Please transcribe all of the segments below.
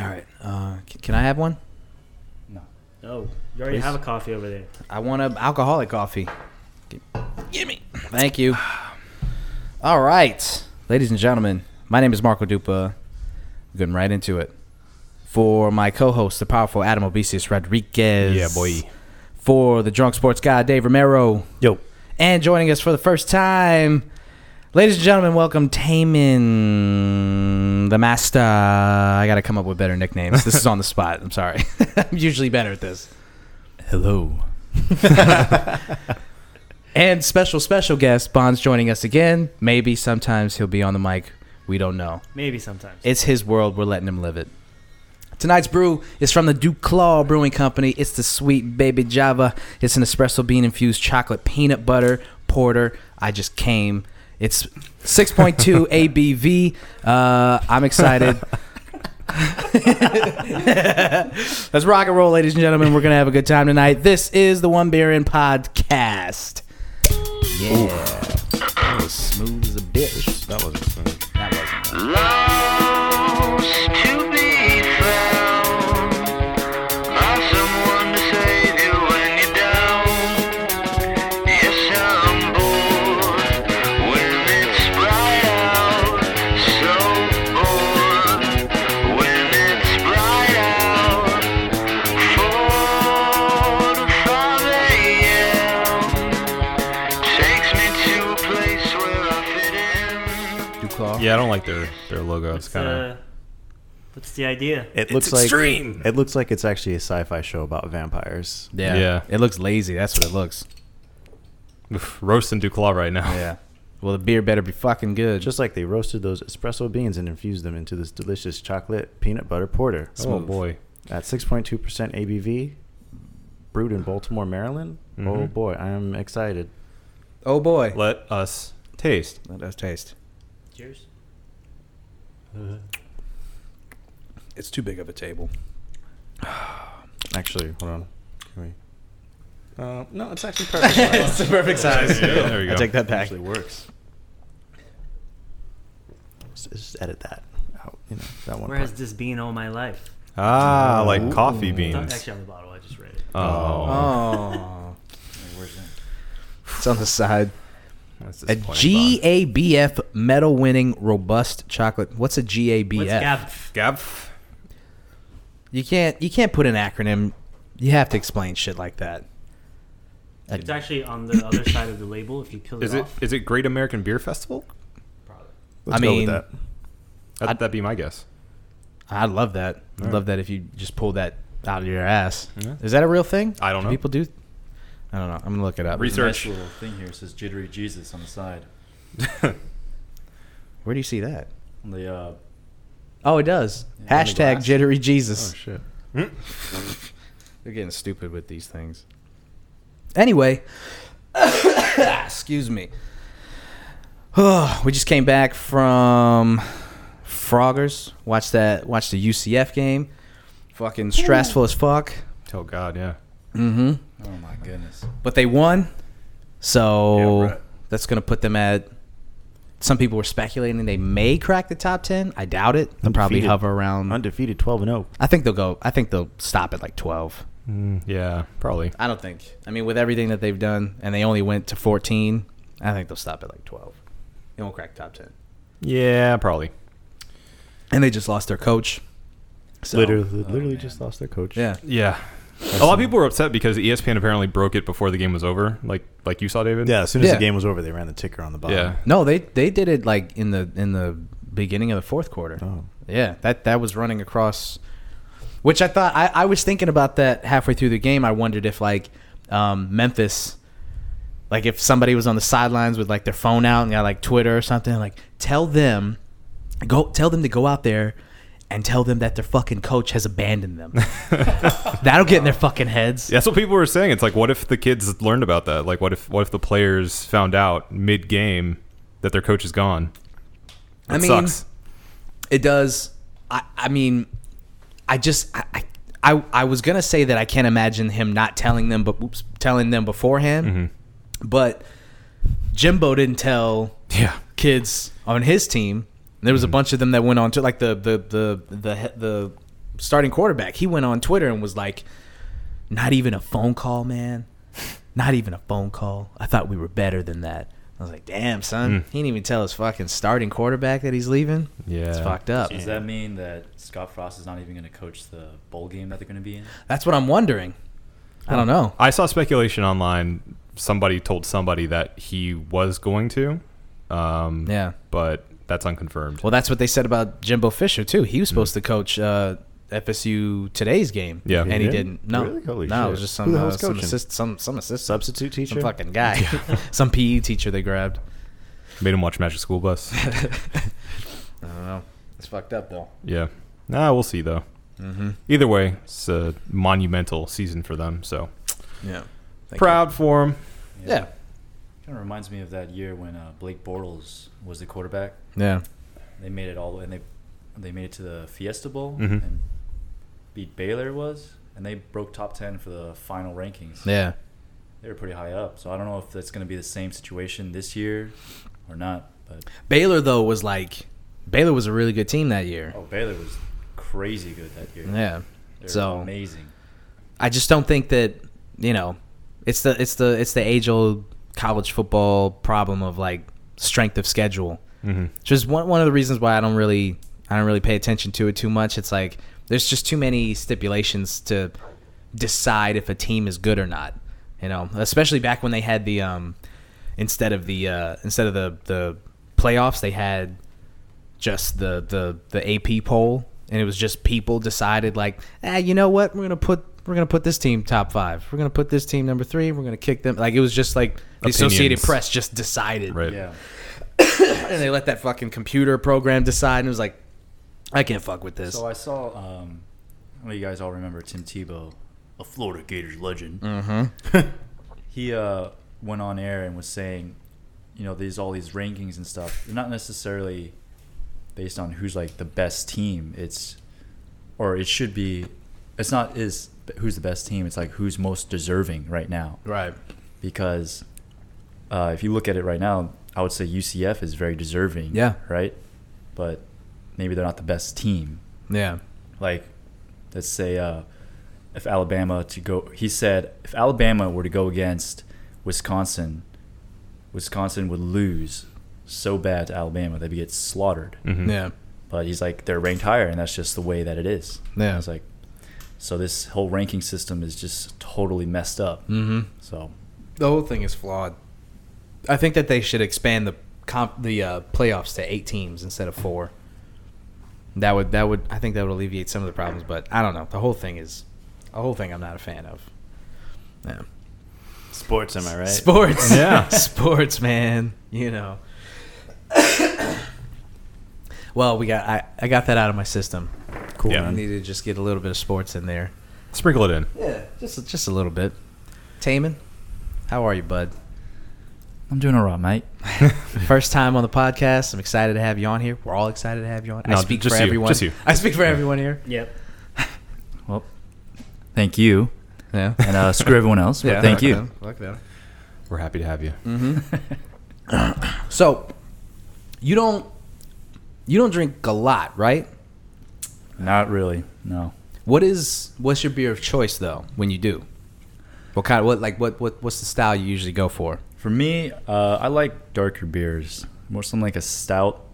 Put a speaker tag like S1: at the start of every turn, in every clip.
S1: All right. Uh, c- can I have one?
S2: No.
S3: Oh, you already
S1: Please.
S3: have a coffee over there.
S1: I want a alcoholic coffee. Gi- Give me. Thank you. All right, ladies and gentlemen, my name is Marco Dupa. Getting right into it. For my co-host, the powerful Adam Obesius Rodriguez.
S4: Yeah, boy.
S1: For the drunk sports guy, Dave Romero.
S4: Yo.
S1: And joining us for the first time, ladies and gentlemen, welcome Taman, the master. I got to come up with better nicknames. This is on the spot. I'm sorry. I'm usually better at this.
S4: Hello.
S1: And special, special guest, Bond's joining us again. Maybe sometimes he'll be on the mic. We don't know.
S3: Maybe sometimes.
S1: It's his world. We're letting him live it. Tonight's brew is from the Duke Claw Brewing Company. It's the sweet baby Java. It's an espresso bean infused chocolate peanut butter porter. I just came. It's 6.2 ABV. Uh, I'm excited. Let's rock and roll, ladies and gentlemen. We're going to have a good time tonight. This is the One Beer In podcast. Yeah. That was smooth as a bitch.
S4: That was
S1: That wasn't.
S5: Lost to be found by someone to save you when you're down. Yes, I'm bored when it's bright out. So bored when it's bright out. Four to five a.m. takes me to a place where I fit in.
S1: Duke Claw.
S4: Yeah, I don't like their their logo. It's
S3: It's,
S4: kind of
S3: uh, what's the idea?
S6: It
S4: It's
S6: looks like
S4: extreme.
S6: it looks like it's actually a sci-fi show about vampires.
S1: Yeah.
S4: Yeah.
S1: It looks lazy. That's what it looks.
S4: oof, roasting Duclaw right now.
S1: Yeah. Well, the beer better be fucking good.
S6: Just like they roasted those espresso beans and infused them into this delicious chocolate peanut butter porter.
S4: Oh boy.
S6: At 6.2% ABV, brewed in Baltimore, Maryland. Oh
S4: Mhm.
S6: boy, I'm excited.
S1: oh boy.
S4: Let us taste.
S1: Let us taste.
S3: Cheers.
S1: It's too big of a table.
S6: Actually, hold on. Can we? Uh, no, it's actually perfect.
S1: it's the perfect size.
S4: Yeah, there we go.
S1: I take that back.
S6: actually works. Just, just edit that out. You know that one.
S3: Where
S6: part.
S3: has this been all my life?
S4: Ah, like coffee
S3: It's not
S4: beans.
S3: actually on the bottle. I just read it.
S4: Oh,
S1: Oh. it's on the side.
S4: that's
S1: Oh. A
S4: disappointing, Bon.
S1: GABF medal winning robust chocolate. What's a GABF?
S3: What's Gab?
S4: Gab.
S1: You can't you can't put an acronym. You have to explain shit like that. A-
S3: It's actually on the other side of the label. If you peel it,
S4: Is it
S3: off,
S4: is it Great American Beer Festival?
S3: probably.
S6: Let's
S1: I
S6: go with
S1: mean-
S6: that.
S4: That,
S1: I'd-
S4: that'd be my guess.
S1: I love that. I
S4: Alright.
S1: Love that if you just pull that out of your ass.
S4: Yeah.
S1: Is that a real thing?
S4: I don't
S1: Do
S4: know.
S1: People do. I don't know. I'm gonna look it up.
S4: Research.
S2: Nice little thing here It says "Jittery Jesus" on the side.
S1: Where do you see that?
S2: On the uh,
S1: Oh, it does.
S2: Yeah, on the
S1: Hashtag
S2: glass.
S1: jittery Jesus.
S6: shit.
S1: They're Hmm? getting stupid with these things. Anyway, excuse me. we just came back from Froggers. Watched that. Watched the UCF game. Fucking stressful as fuck.
S4: Oh God, yeah.
S1: Mm-hmm.
S2: oh my goodness.
S1: but they won. So
S4: Yeah, right.
S1: that's going to put them at. Some people were speculating they may crack the top ten. I doubt it. They'll probably
S6: Undefeated.
S1: hover around.
S6: Undefeated, 12 and oh. 0.
S1: I think they'll go. I think they'll stop at like twelve.
S4: Mm, yeah, probably.
S1: I don't think. I mean, with everything that they've done, and they only went to fourteen. I think they'll stop at like twelve. They won't crack top ten.
S4: Yeah, probably.
S1: And they just lost their coach. So,
S6: literally, literally just lost their coach.
S1: Yeah.
S4: Yeah. A lot of people were upset because E ESPN apparently broke it before the game was over. Like like you saw, David.
S6: Yeah, as soon as
S1: Yeah.
S6: the game was over, they ran the ticker on the bottom.
S4: Yeah.
S1: No, they they did it like in the in the beginning of the fourth quarter.
S6: Oh.
S1: Yeah, that that was running across, which I thought I, I was thinking about that halfway through the game. I wondered if like um, Memphis, like if somebody was on the sidelines with like their phone out and got like Twitter or something, like tell them, go tell them to go out there. And tell them that their fucking coach has abandoned them. That'll get in their fucking heads.
S4: That's what people were saying. It's like, what if the kids learned about that? Like, what if what if the players found out mid game that their coach is gone? That
S1: I mean,
S4: sucks.
S1: It does. I, I mean, I just I, I I I was gonna say that I can't imagine him not telling them, but oops, telling them beforehand. But Jimbo didn't tell
S4: Yeah.
S1: kids on his team. There was a bunch of them that went on to like the the the the he- the starting quarterback, he went on Twitter and was like, "Not even a phone call, man. Not even a phone call. I thought we were better than that." I was like, "Damn, son.
S4: Hmm.
S1: He didn't even tell his fucking starting quarterback that he's leaving.
S4: Yeah.
S1: It's fucked up."
S2: So does that mean that Scott Frost is not even going to coach the bowl game that they're going to be in?
S1: That's what I'm wondering. I don't know.
S4: I saw speculation online. Somebody told somebody that he was going to. Um,
S1: Yeah.
S4: But that's unconfirmed.
S1: Well, that's what they said about Jimbo Fisher too. He was
S6: Hmm.
S1: supposed to coach uh, FSU today's game.
S4: Yeah.
S1: and
S4: He
S1: he
S6: didn't?
S1: didn't. No,
S6: Really? Holy
S1: no, it
S6: shit.
S1: was just
S6: Who
S1: some
S6: the hell
S1: uh,
S6: was
S1: some
S6: coaching?
S1: assist, some some assistant,
S6: Substitute
S1: some
S6: teacher.
S1: fucking guy, some PE teacher they grabbed.
S4: Made him watch Magic School Bus.
S1: I don't know. It's fucked up though.
S4: yeah. Nah, we'll see though.
S1: Mm-hmm.
S4: Either way, it's a monumental season for them. So
S1: Yeah. Thank
S4: proud for him.
S1: you. Yeah.
S2: Kind of reminds me of that year when uh, Blake Bortles was the quarterback.
S1: Yeah.
S2: They made it all the way, and they they made it to the Fiesta Bowl
S1: Mm-hmm.
S4: Mhm.
S2: and beat Baylor it was, and they broke top ten for the final rankings.
S1: Yeah.
S2: They were pretty high up, so I don't know if that's going to be the same situation this year or not. But
S1: Baylor though was like, Baylor was a really good team that year.
S2: oh, Baylor was crazy good that year.
S1: Yeah.
S2: they were
S1: so
S2: amazing.
S1: I just don't think that you know, it's the it's the it's the age old college football problem of like strength of schedule,
S4: Mm-hmm.
S1: which is one one of the reasons why I don't really I don't really pay attention to it too much. It's like there's just too many stipulations to decide if a team is good or not. You know, especially back when they had the um instead of the uh instead of the the playoffs they had just the the the AP poll, and it was just people decided like, ah, you know what, we're gonna put we're gonna put this team top five, we're gonna put this team number three, we're gonna kick them. Like it was just like the Associated
S4: Opinions.
S1: Press just decided,
S4: Right.
S2: Yeah,
S1: and they let that fucking computer program decide, and it was like, I can't fuck with this.
S2: So I saw. Um, I know you guys all remember Tim Tebow, a Florida Gators legend.
S1: Mm-hmm.
S2: he uh, went on air and was saying, you know, these all these rankings and stuff. They're not necessarily based on who's like the best team. It's or it should be. It's not is who's the best team. It's like who's most deserving right now
S1: right.
S2: because uh, if you look at it right now, I would say UCF is very deserving.
S1: Yeah.
S2: Right. But maybe they're not the best team
S1: Yeah.
S2: like let's say uh, if Alabama to go he said if Alabama were to go against Wisconsin Wisconsin would lose so bad to Alabama they'd get slaughtered
S4: Mm-hmm.
S1: Yeah.
S2: but he's like they're ranked higher and that's just the way that it is
S1: Yeah.
S2: it's like so this whole ranking system is just totally messed up
S1: Mm-hmm.
S2: so
S1: The whole thing is flawed. I think that they should expand the comp, the uh, playoffs to eight teams instead of four. That would that would I think that would alleviate some of the problems, but I don't know. The whole thing is a whole thing I'm not a fan of. Yeah.
S6: Sports, am I right?
S1: Sports.
S4: Yeah.
S1: Sports, man. You know. well, we got I, I got that out of my system.
S6: Cool.
S4: Yeah.
S1: I
S6: man.
S1: need to just get a little bit of sports in there.
S4: Sprinkle it in.
S1: Yeah, just just a little bit. Taman, how are you, bud?
S2: I'm doing all right mate
S1: First time on the podcast. I'm excited to have you on here. We're all excited to have you on. I
S4: No,
S1: speak
S4: just
S1: for
S4: you,
S1: everyone.
S4: just you.
S1: I speak for everyone here.
S3: Yep.
S2: well thank you
S1: Yeah.
S2: and uh, screw everyone else but thank you
S1: Like that.
S4: We're happy to have you.
S1: Mm-hmm. So, you don't you don't drink a lot, right?
S2: not really no
S1: What is what's your beer of choice though when you do? What kind of what like what what what's the style you usually go for?
S2: For me, uh, I like darker beers, more something like a stout.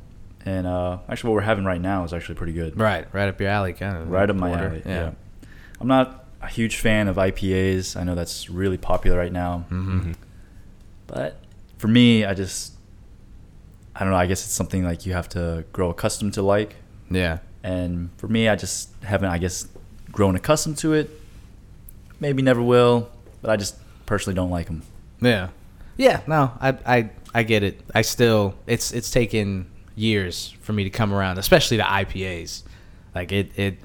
S2: And uh, actually, what we're having right now is actually pretty good.
S1: Right, right up your alley, kind of.
S2: Right up my
S1: Porter.
S2: alley. Yeah. I'm not a huge fan of IPAs. I know that's really popular right now.
S4: Mm-hmm.
S1: Mhm.
S2: But for me, I just, I don't know. I guess it's something like you have to grow accustomed to like.
S1: yeah,
S2: And for me, I just haven't, I guess, grown accustomed to it. Maybe never will. But I just personally don't like them.
S1: yeah, yeah. No, I I I get it. I still it's it's taken years for me to come around, especially the IPAs. Like it it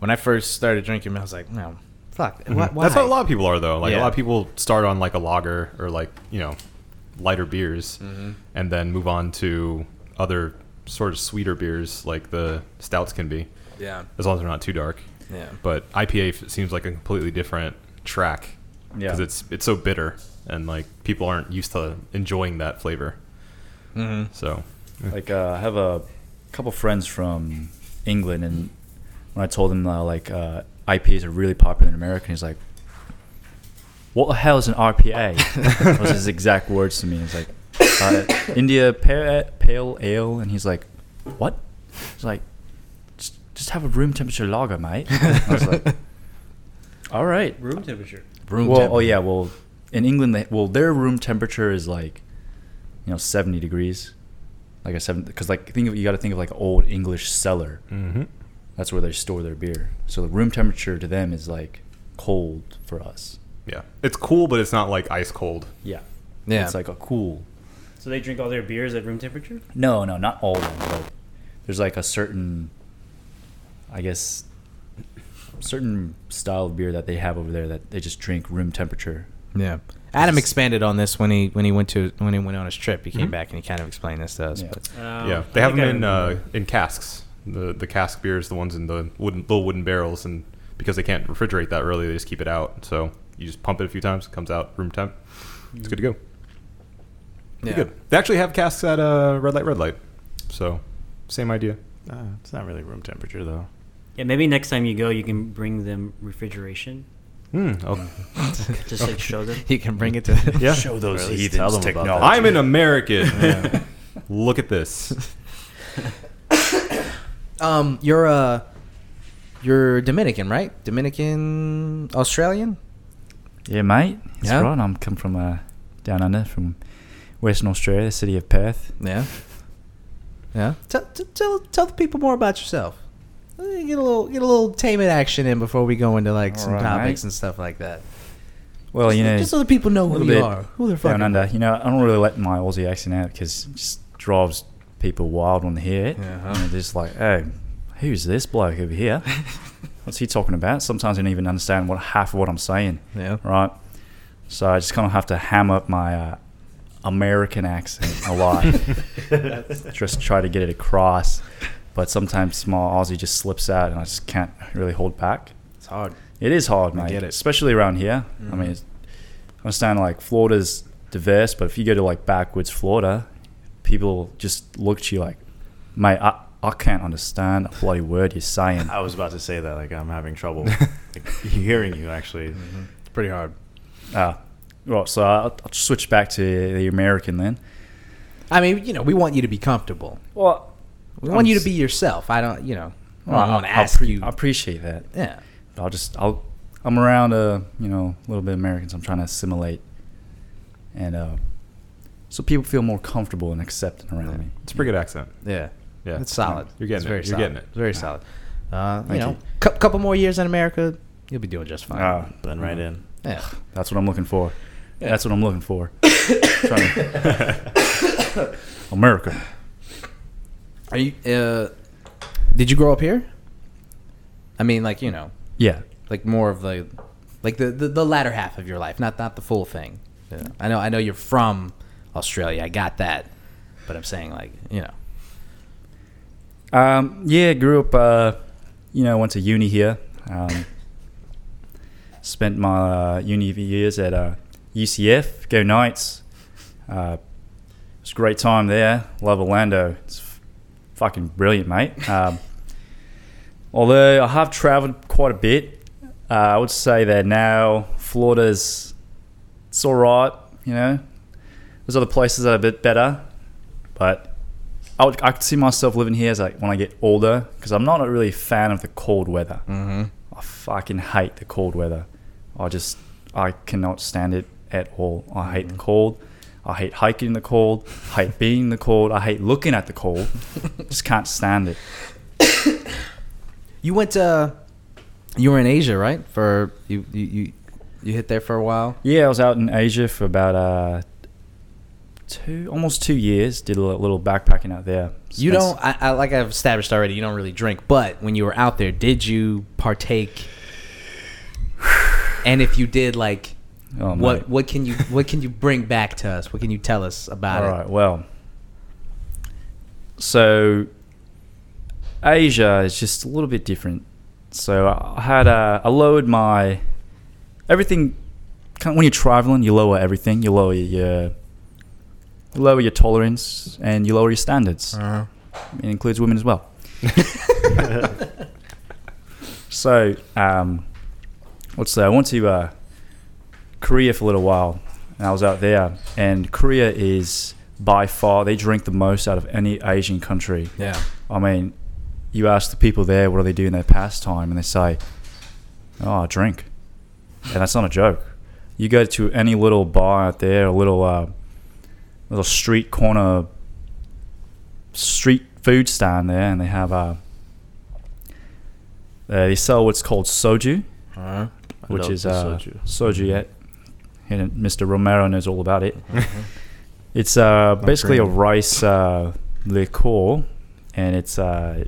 S1: when I first started drinking, I was like, no, fuck. Why, why?
S4: Mm-hmm. That's how a lot of people are though. Like a
S1: Yeah.
S4: lot of people start on like a lager or like you know lighter beers, and then move on to other sort of sweeter beers like the stouts can be,
S1: Yeah,
S4: as long as they're not too dark.
S1: yeah,
S4: But IPA f- seems like a completely different track
S2: Yeah.
S4: because it's it's so bitter and like people aren't used to enjoying that flavor. So
S2: like uh, I have a couple friends from England, and when I told him uh, like uh, IPAs are really popular in America, he's like, "What the hell is an RPA?" was his exact words to me. He's like, uh, "India pale, pale ale," and he's like, "What?" He's like, "Just, just have a room temperature lager, mate." I was like, "All right."
S3: Room temperature.
S1: Room
S2: well,
S1: temp.
S2: oh yeah. Well, in England, they, well, their room temperature is like, you know, seventy degrees, like a seven. Because like, think of you got to think of like old English cellar.
S4: Mm-hmm.
S2: That's where they store their beer. So the room temperature to them is like cold for us.
S4: Yeah, it's cool, but it's not like ice cold.
S2: Yeah.
S1: Yeah.
S2: It's like a cool.
S3: So they drink all their beers at room temperature?
S2: No, no, not all of them. But there's like a certain, I guess, certain style of beer that they have over there that they just drink room temperature.
S1: Yeah. Adam
S2: This-
S1: expanded on this when he when he went to when he went on his trip. He came
S4: Mhm.
S1: back and he kind of explained this to us.
S2: Yeah.
S1: But
S3: Um,
S4: yeah, they have them in uh, in casks. The the cask beers, the ones in the wooden little wooden barrels, and because they can't refrigerate that really, they just keep it out. So you just pump it a few times, it comes out room temp. It's good to go. Pretty
S1: Yeah.
S4: good. They actually have casks at uh, Red Light, Red Light. So same idea.
S6: Uh, it's not really room temperature though.
S3: Yeah, maybe next time you go, you can bring them refrigeration.
S4: Hmm. oh.
S3: Just like show them.
S1: you can bring it to
S4: Yeah.
S2: Show those
S6: Or at least
S2: heathens
S6: tell them about
S2: technology.
S4: I'm an American. Look at this.
S1: Um, you're uh, you're Dominican, right? Dominican, Australian.
S2: Yeah, mate. That's
S1: Yeah?
S2: right. I'm come from uh, down under, from Western Australia, the city of Perth.
S1: Yeah. Yeah. Tell t- tell tell the people more about yourself. Uh, Get a little get a little tame it action in before we go into like
S2: All
S1: some
S2: right,
S1: topics
S2: mate.
S1: and stuff like that.
S2: Well, you know,
S1: just so the people know who
S2: little
S1: they
S2: bit
S1: are, who they're
S2: down
S1: fucking.
S2: under. You know, I don't really let my Aussie accent out because it just drives people wild when they hear it.
S1: Uh-huh.
S2: You know, they're just like, oh, who's this bloke over here? What's he talking about? Sometimes I don't even understand what half of what I'm saying.
S1: Yeah.
S2: Right. So I just kind of have to ham up my uh, American accent a lot. just try to get it across. But sometimes small Aussie just slips out, and I just can't really hold back.
S1: It's hard.
S2: It is hard,
S1: I
S2: mate.
S1: get it. Mm-hmm.
S2: Especially around here. I mean, it's, I understand like Florida's diverse, but if you go to like backwards Florida, people just look at you like, mate, I, I can't understand a bloody word you're saying.
S6: I was about to say that. Like I'm having trouble like, hearing you actually.
S2: Mm-hmm.
S1: It's pretty hard.
S2: Ah, right. So I'll, I'll switch back to the American then.
S1: I mean, you know, we want you to be comfortable.
S2: Well,
S1: We want
S2: I'm
S1: you to
S2: s-
S1: be yourself. I don't, you know, I
S2: I-
S1: don't want
S2: I
S1: to ask
S2: appre-
S1: you.
S2: I appreciate that.
S1: yeah.
S2: But I'll just I'll I'm around uh you know a little bit American, so I'm trying to assimilate, and uh, so people feel more comfortable and accepting around me.
S4: It's a pretty good accent.
S1: Yeah.
S4: Yeah.
S1: It's solid.
S4: You're
S1: It's
S4: getting it.
S1: Very
S4: You're
S1: solid.
S4: getting it.
S1: It's Very solid. Uh, you
S2: Thank
S1: know,
S2: you.
S1: cou- couple more years in America, you'll be doing just fine.
S2: Ah,
S6: Blend right in.
S4: Mm-hmm.
S1: yeah.
S2: that's what I'm looking for. That's what I'm looking for. Trying to- America.
S1: Are you? Uh, did you grow up here? I mean, like you know,
S2: Yeah.
S1: like more of the, like the the, the latter half of your life, not not the full thing. Yeah. I know. I know you're from Australia. I got that, but I'm saying like you know.
S2: Um, yeah, grew up. Uh, you know, went to uni here. Um, spent my uh, uni years at uh, UCF. Go Knights. Uh, it's a great time there. Love Orlando. It's f- fucking brilliant, mate. Um, although I have traveled quite a bit, uh, I would say that now Florida's it's all right. You know, there's other places that are a bit better, but I, would, I could see myself living here as like when I get older because I'm not a really fan of the cold weather.
S1: Mm-hmm.
S2: I fucking hate the cold weather. I just I cannot stand it at all. I hate the
S1: Mm-hmm.
S2: cold. I hate hiking in the cold. I hate being in the cold. I hate looking at the cold. just can't stand it.
S1: You went to, you were in Asia, right? For you you you, you hit there for a while.
S2: Yeah, I was out in Asia for about uh two almost two years. Did a li- little backpacking out there.
S1: You
S2: Spent-
S1: don't, I, I, like I've established already, you don't really drink, but when you were out there, did you partake? And if you did, like,
S2: Oh, mate.
S1: what what can you what can you bring back to us? What can you tell us about
S2: All
S1: it?
S2: right. Well, so Asia is just a little bit different. So I had a, I lowered my everything. Kind of when you're traveling, you lower everything. You lower your you lower your tolerance
S1: Uh-huh.
S2: and you lower your standards. It includes women as well. So, um, what's that? I went to uh, Korea for a little while, and I was out there. And Korea is by far they drink the most out of any Asian country.
S1: Yeah.
S2: I mean, you ask the people there what do they do in their pastime, and they say, "Oh, I drink," and that's not a joke. You go to any little bar out there, a little uh, little street corner street food stand there, and they have uh, uh, they sell what's called soju,
S1: Uh-huh.
S2: which
S6: love
S2: is
S6: the
S2: uh,
S6: soju.
S2: soju. yet. And Mr. Romero knows all about it. it's uh, basically a
S1: green.
S2: rice uh, liqueur, and it's uh,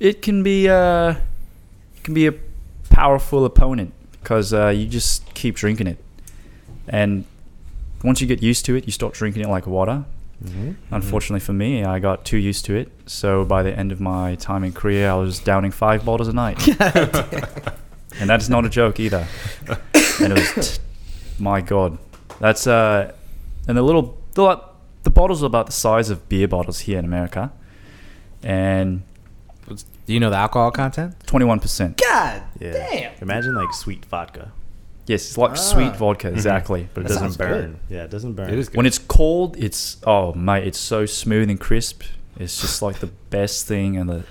S2: it can be uh, it can be a powerful opponent because uh, you just keep drinking it, and once you get used to it, you start drinking it like water. Unfortunately for me, I got too used to it. So by the end of my time in Korea, I was downing five bottles a night. and that is not a joke either. And it was, t- my God, that's uh, and the little the, like, the bottles are about the size of beer bottles here in America, and
S1: Do you know the alcohol content?
S2: twenty one percent.
S1: God
S6: Yeah. Imagine like sweet vodka,
S2: Yes, it's like sweet vodka exactly.
S6: but it
S1: That sounds
S6: doesn't burn.
S1: good.
S6: Yeah, it doesn't burn.
S4: It is good.
S2: When it's cold, it's oh mate, it's so smooth and crisp. It's just like the best thing, and the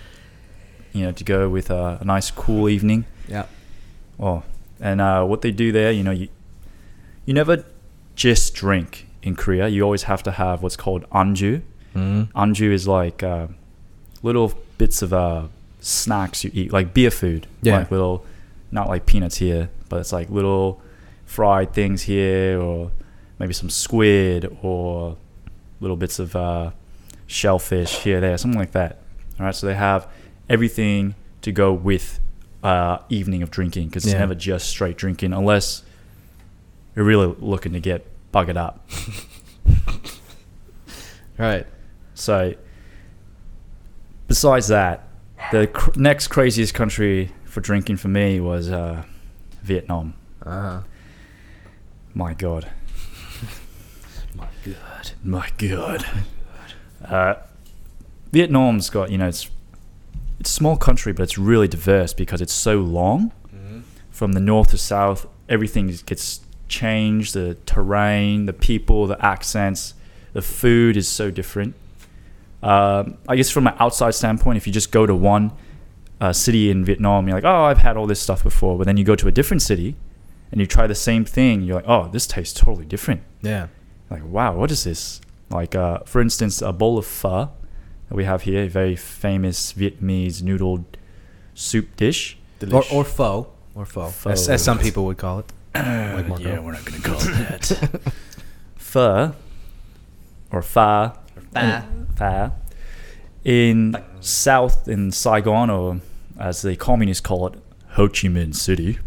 S2: you know to go with a, a nice cool evening.
S1: Yeah.
S2: Oh, and uh, what they do there, you know, you you never just drink in Korea. You always have to have what's called anju.
S1: Mm-hmm.
S2: Anju is like uh, little bits of uh, snacks you eat, like beer food.
S1: Yeah.
S2: Like little, not like peanuts here, but it's like little fried things here, or maybe some squid, or little bits of uh, shellfish here, there, something like that. All right, so they have everything to go with uh, evening of drinking because it's
S1: Yeah.
S2: never just straight drinking unless you're really looking to get buggered up.
S1: Right.
S2: So, besides that, the cr- next craziest country for drinking for me was uh, Vietnam.
S1: Uh-huh.
S2: My God. My God. My God. Uh, Vietnam's got, you know, it's, it's a small country, but it's really diverse because it's so long. From the north to south, everything is- gets changed the terrain, the people, the accents, the food is so different. Um, I guess from an outside standpoint, if you just go to one uh, city in Vietnam, you're like, oh, I've had all this stuff before. But then you go to a different city and you try the same thing, you're like, oh, this tastes totally different
S1: Yeah.
S2: like wow what is this like uh, for instance a bowl of pho that we have here a very famous vietnamese noodle soup dish
S1: Or,
S6: Delish.
S1: or faux. Or faux.
S2: Pho.
S1: As, as some people would call it.
S4: like Marco.
S2: Uh, we're not gonna call it that pho or pho pho in south in saigon or as the communists call it ho chi minh city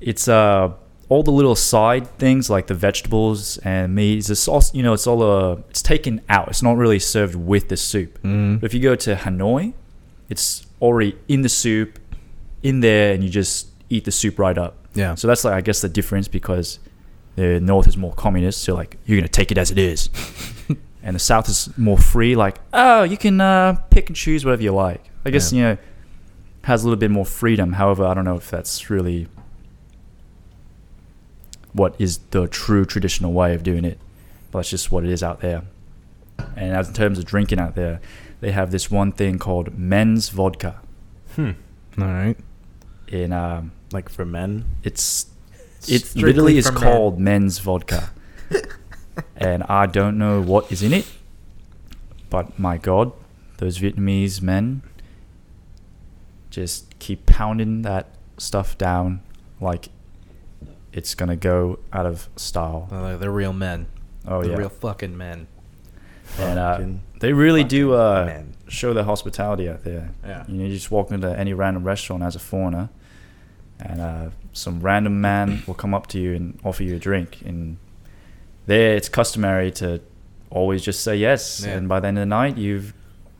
S2: it's uh all the little side things like the vegetables and meat it's sauce you know it's all uh it's taken out it's not really served with the soup but if you go to hanoi it's already in the soup in there and you just eat the soup right up
S1: Yeah.
S2: so that's like i guess the difference because the north is more communist so like you're gonna take it as it is and the south is more free like oh you can uh, pick and choose whatever you like i guess
S1: Yeah.
S2: you know has a little bit more freedom however i don't know if that's really what is the true traditional way of doing it but that's just what it is out there and as in terms of drinking out there they have this one thing called men's vodka
S1: All right.
S2: in um,
S6: like for men.
S2: it's it
S1: Strictly
S2: literally is
S1: for men.
S2: called men's vodka and i don't know what is in it but my god those vietnamese men just keep pounding that stuff down like it's gonna go out of style
S1: Well, they're, they're real men.
S2: oh
S1: they're
S2: yeah
S1: Uh, real fucking men.
S2: and uh,
S6: Fucking-
S2: they really do
S6: fucking
S2: uh,
S6: men.
S2: show their hospitality out there
S1: Yeah.
S2: you know you just walk into any random restaurant as a foreigner and uh, some random man will come up to you and offer you a drink. And there, it's customary to always just say yes.
S1: Yeah.
S2: And by the end of the night, you've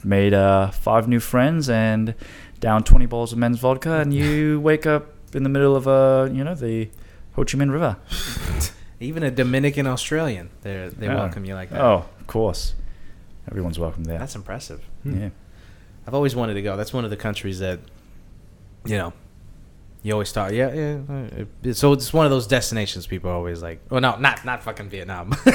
S2: made uh, five new friends and down 20 bottles of men's vodka, and you wake up in the middle of uh, you know the Ho Chi Minh River.
S1: Even a Dominican Australian, they they
S2: Yeah.
S1: welcome you like that.
S2: Oh, of course, everyone's welcome there.
S1: that's impressive.
S2: yeah.
S1: I've always wanted to go. That's one of the countries that, you know, you always thought, yeah, yeah. uh, it- So it's one of those destinations people are always like, well, no, not not fucking Vietnam.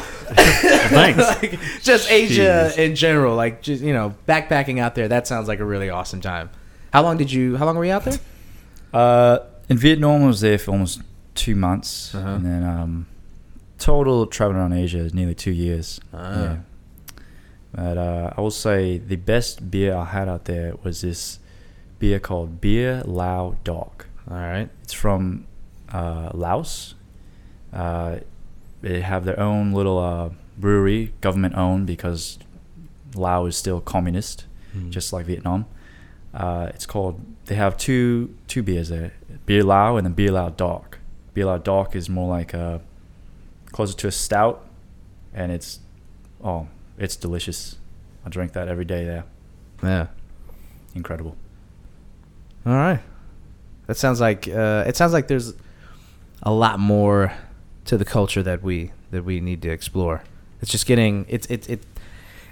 S3: Thanks.
S1: Like, just Asia
S4: Jeez.
S1: in general, like just you know, backpacking out there. That sounds like a really awesome time. How long did you? How long were you out there?
S2: Uh, in Vietnam, I was there for almost two months,
S1: Uh-huh.
S2: and then um, total traveling around Asia is nearly two years.
S1: Ah.
S2: Yeah. But uh, I will say the best beer I had out there was this beer called Beer Lao Doc.
S1: All right.
S2: It's from uh, Laos. Uh, they have their own little uh, brewery, government owned, because Laos is still communist
S1: Hmm.
S2: just like Vietnam. Uh, it's called. They have two two beers there, beer Lao and then beer Lao Dark. Beer Lao Dark is more like a closer to a stout, and it's oh, it's delicious. I drink that every day there.
S1: Yeah.
S2: Incredible.
S1: All right. That sounds like uh, it sounds like there's a lot more to the culture that we that we need to explore. It's just getting it's it it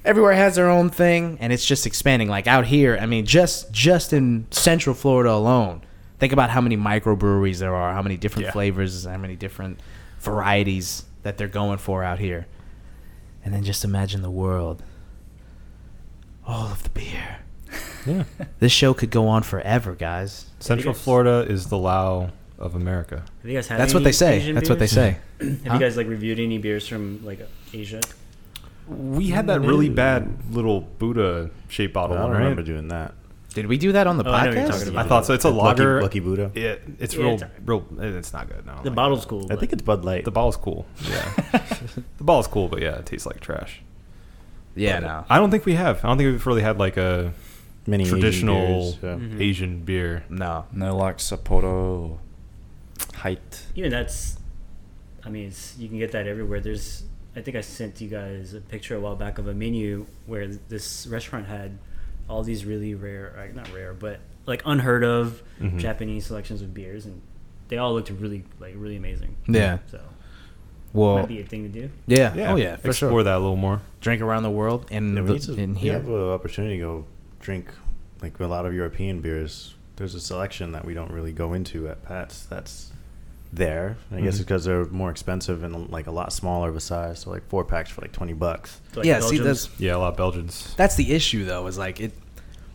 S1: everywhere has their own thing and it's just expanding like out here. I mean just just in central Florida alone. Think about how many microbreweries there are, how many different
S4: Yeah.
S1: flavors, how many different varieties that they're going for out here. And then just imagine the world. All of the beer.
S4: Yeah.
S1: This show could go on forever, guys.
S4: Central Florida is the Lao of America.
S3: Have you guys had
S1: That's what they
S3: any
S1: say.
S3: Asian
S1: That's what they
S3: beers?
S1: say.
S3: Have
S1: Huh?
S3: you guys like reviewed any beers from like Asia?
S4: We had that really bad little Buddha shaped bottle.
S6: I don't
S4: right?
S6: remember doing that.
S1: Did we do that on the
S3: Oh, I know what you're talking
S1: podcast?
S3: about.
S4: I thought so. It's a
S6: Lucky-
S4: lager.
S6: Lucky Buddha?
S4: Yeah, it's
S3: Yeah,
S4: real,
S3: it's alright.
S4: real. It's not good. No,
S3: The bottle's cool.
S6: I
S3: but-
S6: think it's Bud Light.
S4: The bottle's cool. Yeah, the bottle's cool, but yeah, it tastes like trash.
S1: Yeah,
S4: But
S1: no.
S4: I don't think we have. I don't think we've really had like a
S6: Many Asian
S4: traditional Mm.
S6: beers, yeah.
S3: Mhm.
S4: Asian beer.
S1: No.
S2: No like Sapporo, height.
S3: even that's. I mean, it's, you can get that everywhere. There's. I think I sent you guys a picture a while back of a menu where this restaurant had all these really rare, like not rare, but like unheard of
S1: Mm-hmm.
S4: Mhm.
S3: Japanese selections of beers, and they all looked really, like really amazing.
S1: Yeah.
S3: So
S1: Well,
S3: might be a thing to do.
S1: yeah. Oh, yeah, for
S4: explore
S1: sure.
S4: that a little more.
S1: Drink around the world and
S6: Yeah, we
S1: the-
S6: need to-
S1: in
S6: we
S1: here.
S6: have an opportunity to go drink like a lot of European beers. There's a selection that we don't really go into at Pat's. That's there. I guess
S1: Mhm.
S6: it's because they're more expensive and like a lot smaller of a size. So like four packs for like twenty bucks.
S3: Like
S1: yeah, see,
S3: Belgium's-
S1: that's,
S4: Yeah, a lot of Belgians.
S1: that's the issue, though, is like it,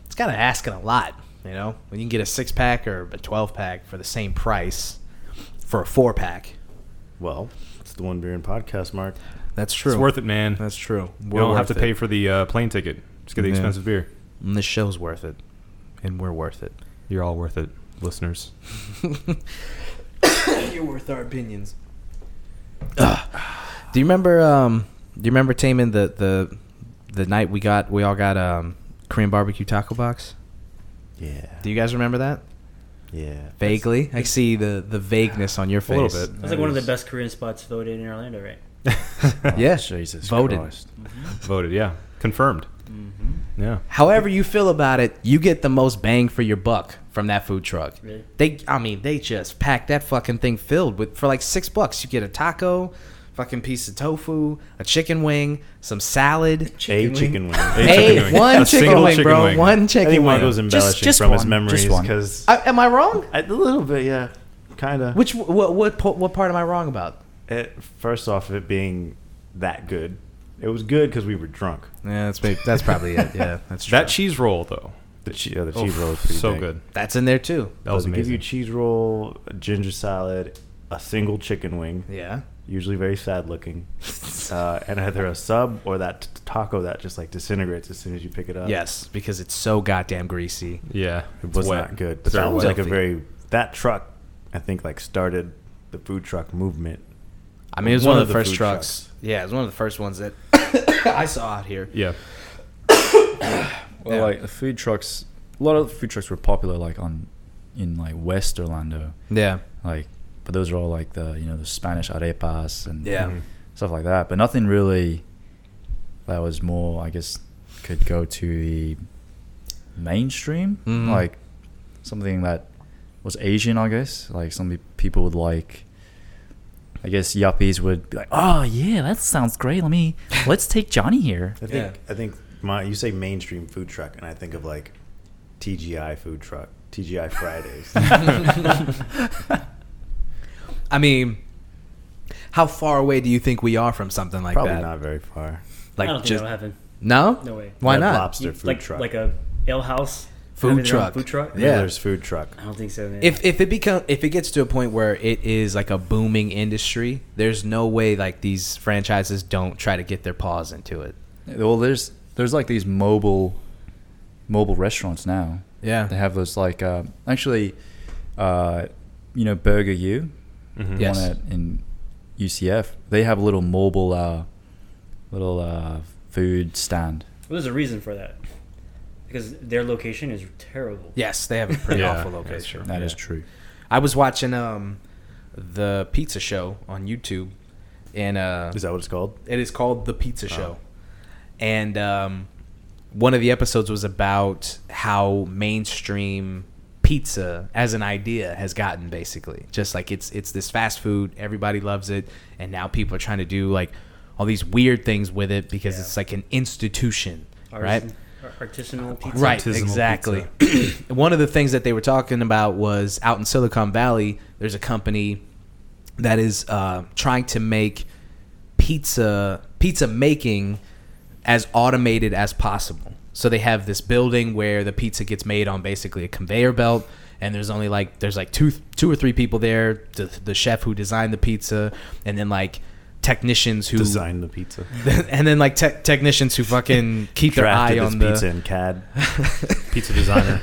S1: it's kind of asking a lot, you know? When you can get a six pack or a 12 pack for the same price for a four pack.
S6: Well, it's the one beer in podcast, Mark.
S1: That's true.
S4: It's worth it, man.
S1: That's true. We
S4: you don't have to pay for the uh, plane ticket. Just get the
S1: Yeah.
S4: expensive beer.
S1: And this show's worth it. And we're worth it.
S4: You're all worth it, listeners.
S1: You're worth our opinions. Do you remember? Um, do you remember taming the the the night we got we all got um Korean barbecue taco box?
S6: Yeah.
S1: Do you guys remember that
S6: yeah.
S1: vaguely? I see the the vagueness on your
S4: A
S1: face.
S4: little bit.
S3: That's like one of the best Korean spots voted in Orlando, right?
S1: Yeah.
S6: Jesus.
S1: Voted.
S6: Christ.
S4: Voted, yeah. Confirmed.
S3: Mm-hmm.
S4: Yeah.
S1: However you feel about it, you get the most bang for your buck from that food truck.
S3: Really?
S1: They, I mean, they just pack that fucking thing filled with for like six bucks. You get a taco, fucking piece of tofu, a chicken wing, some salad.
S6: A chicken wing.
S4: A
S1: Hey,
S4: chicken wing.
S1: one chicken
S4: A single
S1: wing,
S4: chicken
S1: bro.
S4: wing.
S1: One
S6: I
S1: chicken
S6: think
S1: wing.
S6: Mark was embellishing
S2: just
S6: from his
S2: one,
S6: memories
S2: just one.
S6: because
S1: I, am I wrong?
S6: a little bit, yeah, kind of.
S1: Which what what po- what part am I wrong about?
S6: it, first off, it being that good, it was good because we were drunk.
S1: Yeah, that's maybe, that's probably it. Yeah, that's
S4: That cheese roll, though.
S6: The, che- yeah, the
S4: Oh,
S6: cheese roll is pretty
S4: so
S6: dang-
S4: good.
S1: that's in there too.
S4: That was
S6: But they give you
S4: amazing.
S6: cheese roll, a ginger salad, a single chicken wing,
S1: Yeah,
S6: usually very sad looking, uh, and either a sub or that t- taco that just like disintegrates as soon as you pick it up.
S1: yes, because it's so goddamn greasy.
S4: Yeah.
S6: it
S4: it's
S6: was
S4: wet.
S6: not good. But
S1: Very
S6: that was like a
S1: wet.
S6: very that truck. I think like started the food truck movement.
S1: I mean, it was one, of the, first
S6: food
S1: trucks. Yeah, it was one of the first ones that I saw out here.
S4: Yeah.
S2: Well,
S1: Yeah.
S2: like the food trucks, a lot of food trucks were popular like on in like West Orlando,
S1: Yeah,
S2: like. But those are all like the you know the Spanish arepas and
S1: yeah.
S6: Mm-hmm.
S4: Mhm.
S2: stuff like that. But nothing really that was more, I guess, could go to the mainstream.
S1: Mhm.
S2: Like something that was Asian, I guess. Like some pe- people would like I guess yuppies would be like, "Oh yeah, that sounds great. Let me let's take Johnny here."
S6: I think I think my you say mainstream food truck, and I think of like TGI food truck, TGI Fridays.
S1: I mean, how far away do you think we are from something like
S6: Probably
S1: that?
S6: not very far.
S1: Like
S3: I don't think
S1: just
S3: that'll happen.
S1: no,
S3: No way.
S1: Why
S6: Red
S1: not?
S6: Lobster
S3: You-
S6: food
S3: like
S6: truck.
S3: like a ale house
S1: Food
S3: having their own
S1: truck.
S3: Food truck.
S1: Yeah.
S6: Miller's food truck.
S3: I don't think so, man.
S1: If if it become if it gets to a point where it is like a booming industry, there's no way like these franchises don't try to get their paws into it.
S2: Well, there's there's like these mobile mobile restaurants now.
S1: Yeah.
S2: They have those like uh, actually, uh, you know, Burger U, the
S1: Yes.
S2: one at, in UCF. They have a little mobile uh, little uh, food stand.
S3: Well, there's a reason for that. Because their location is terrible.
S1: Yes, they have a pretty
S4: Yeah,
S1: awful
S4: that's
S1: location.
S4: true.
S2: That is
S4: Yeah.
S2: true.
S1: I was watching um the pizza show on YouTube, and uh,
S6: Is that what it's called?
S1: It is called The Pizza Show. And um, one of the episodes was about how mainstream pizza as an idea has gotten basically. Just like it's it's this fast food, everybody loves it, and now people are trying to do like all these weird things with it because
S3: Yeah.
S1: it's like an institution, right?
S3: Artisan- ar- Artisanal pizza.
S1: Right,
S4: Artisanal
S1: exactly. One of the things that they were talking about was out in Silicon Valley, there's a company that is uh, trying to make pizza pizza making as automated as possible. So they have this building where the pizza gets made on basically a conveyor belt, and there's only like there's like two two or three people there, the, the chef who designed the pizza, and then like technicians who
S6: Design the pizza.
S1: and then like te- technicians who fucking keep their eye
S6: Drafted this
S1: on the
S6: pizza in CAD.
S4: Pizza designer.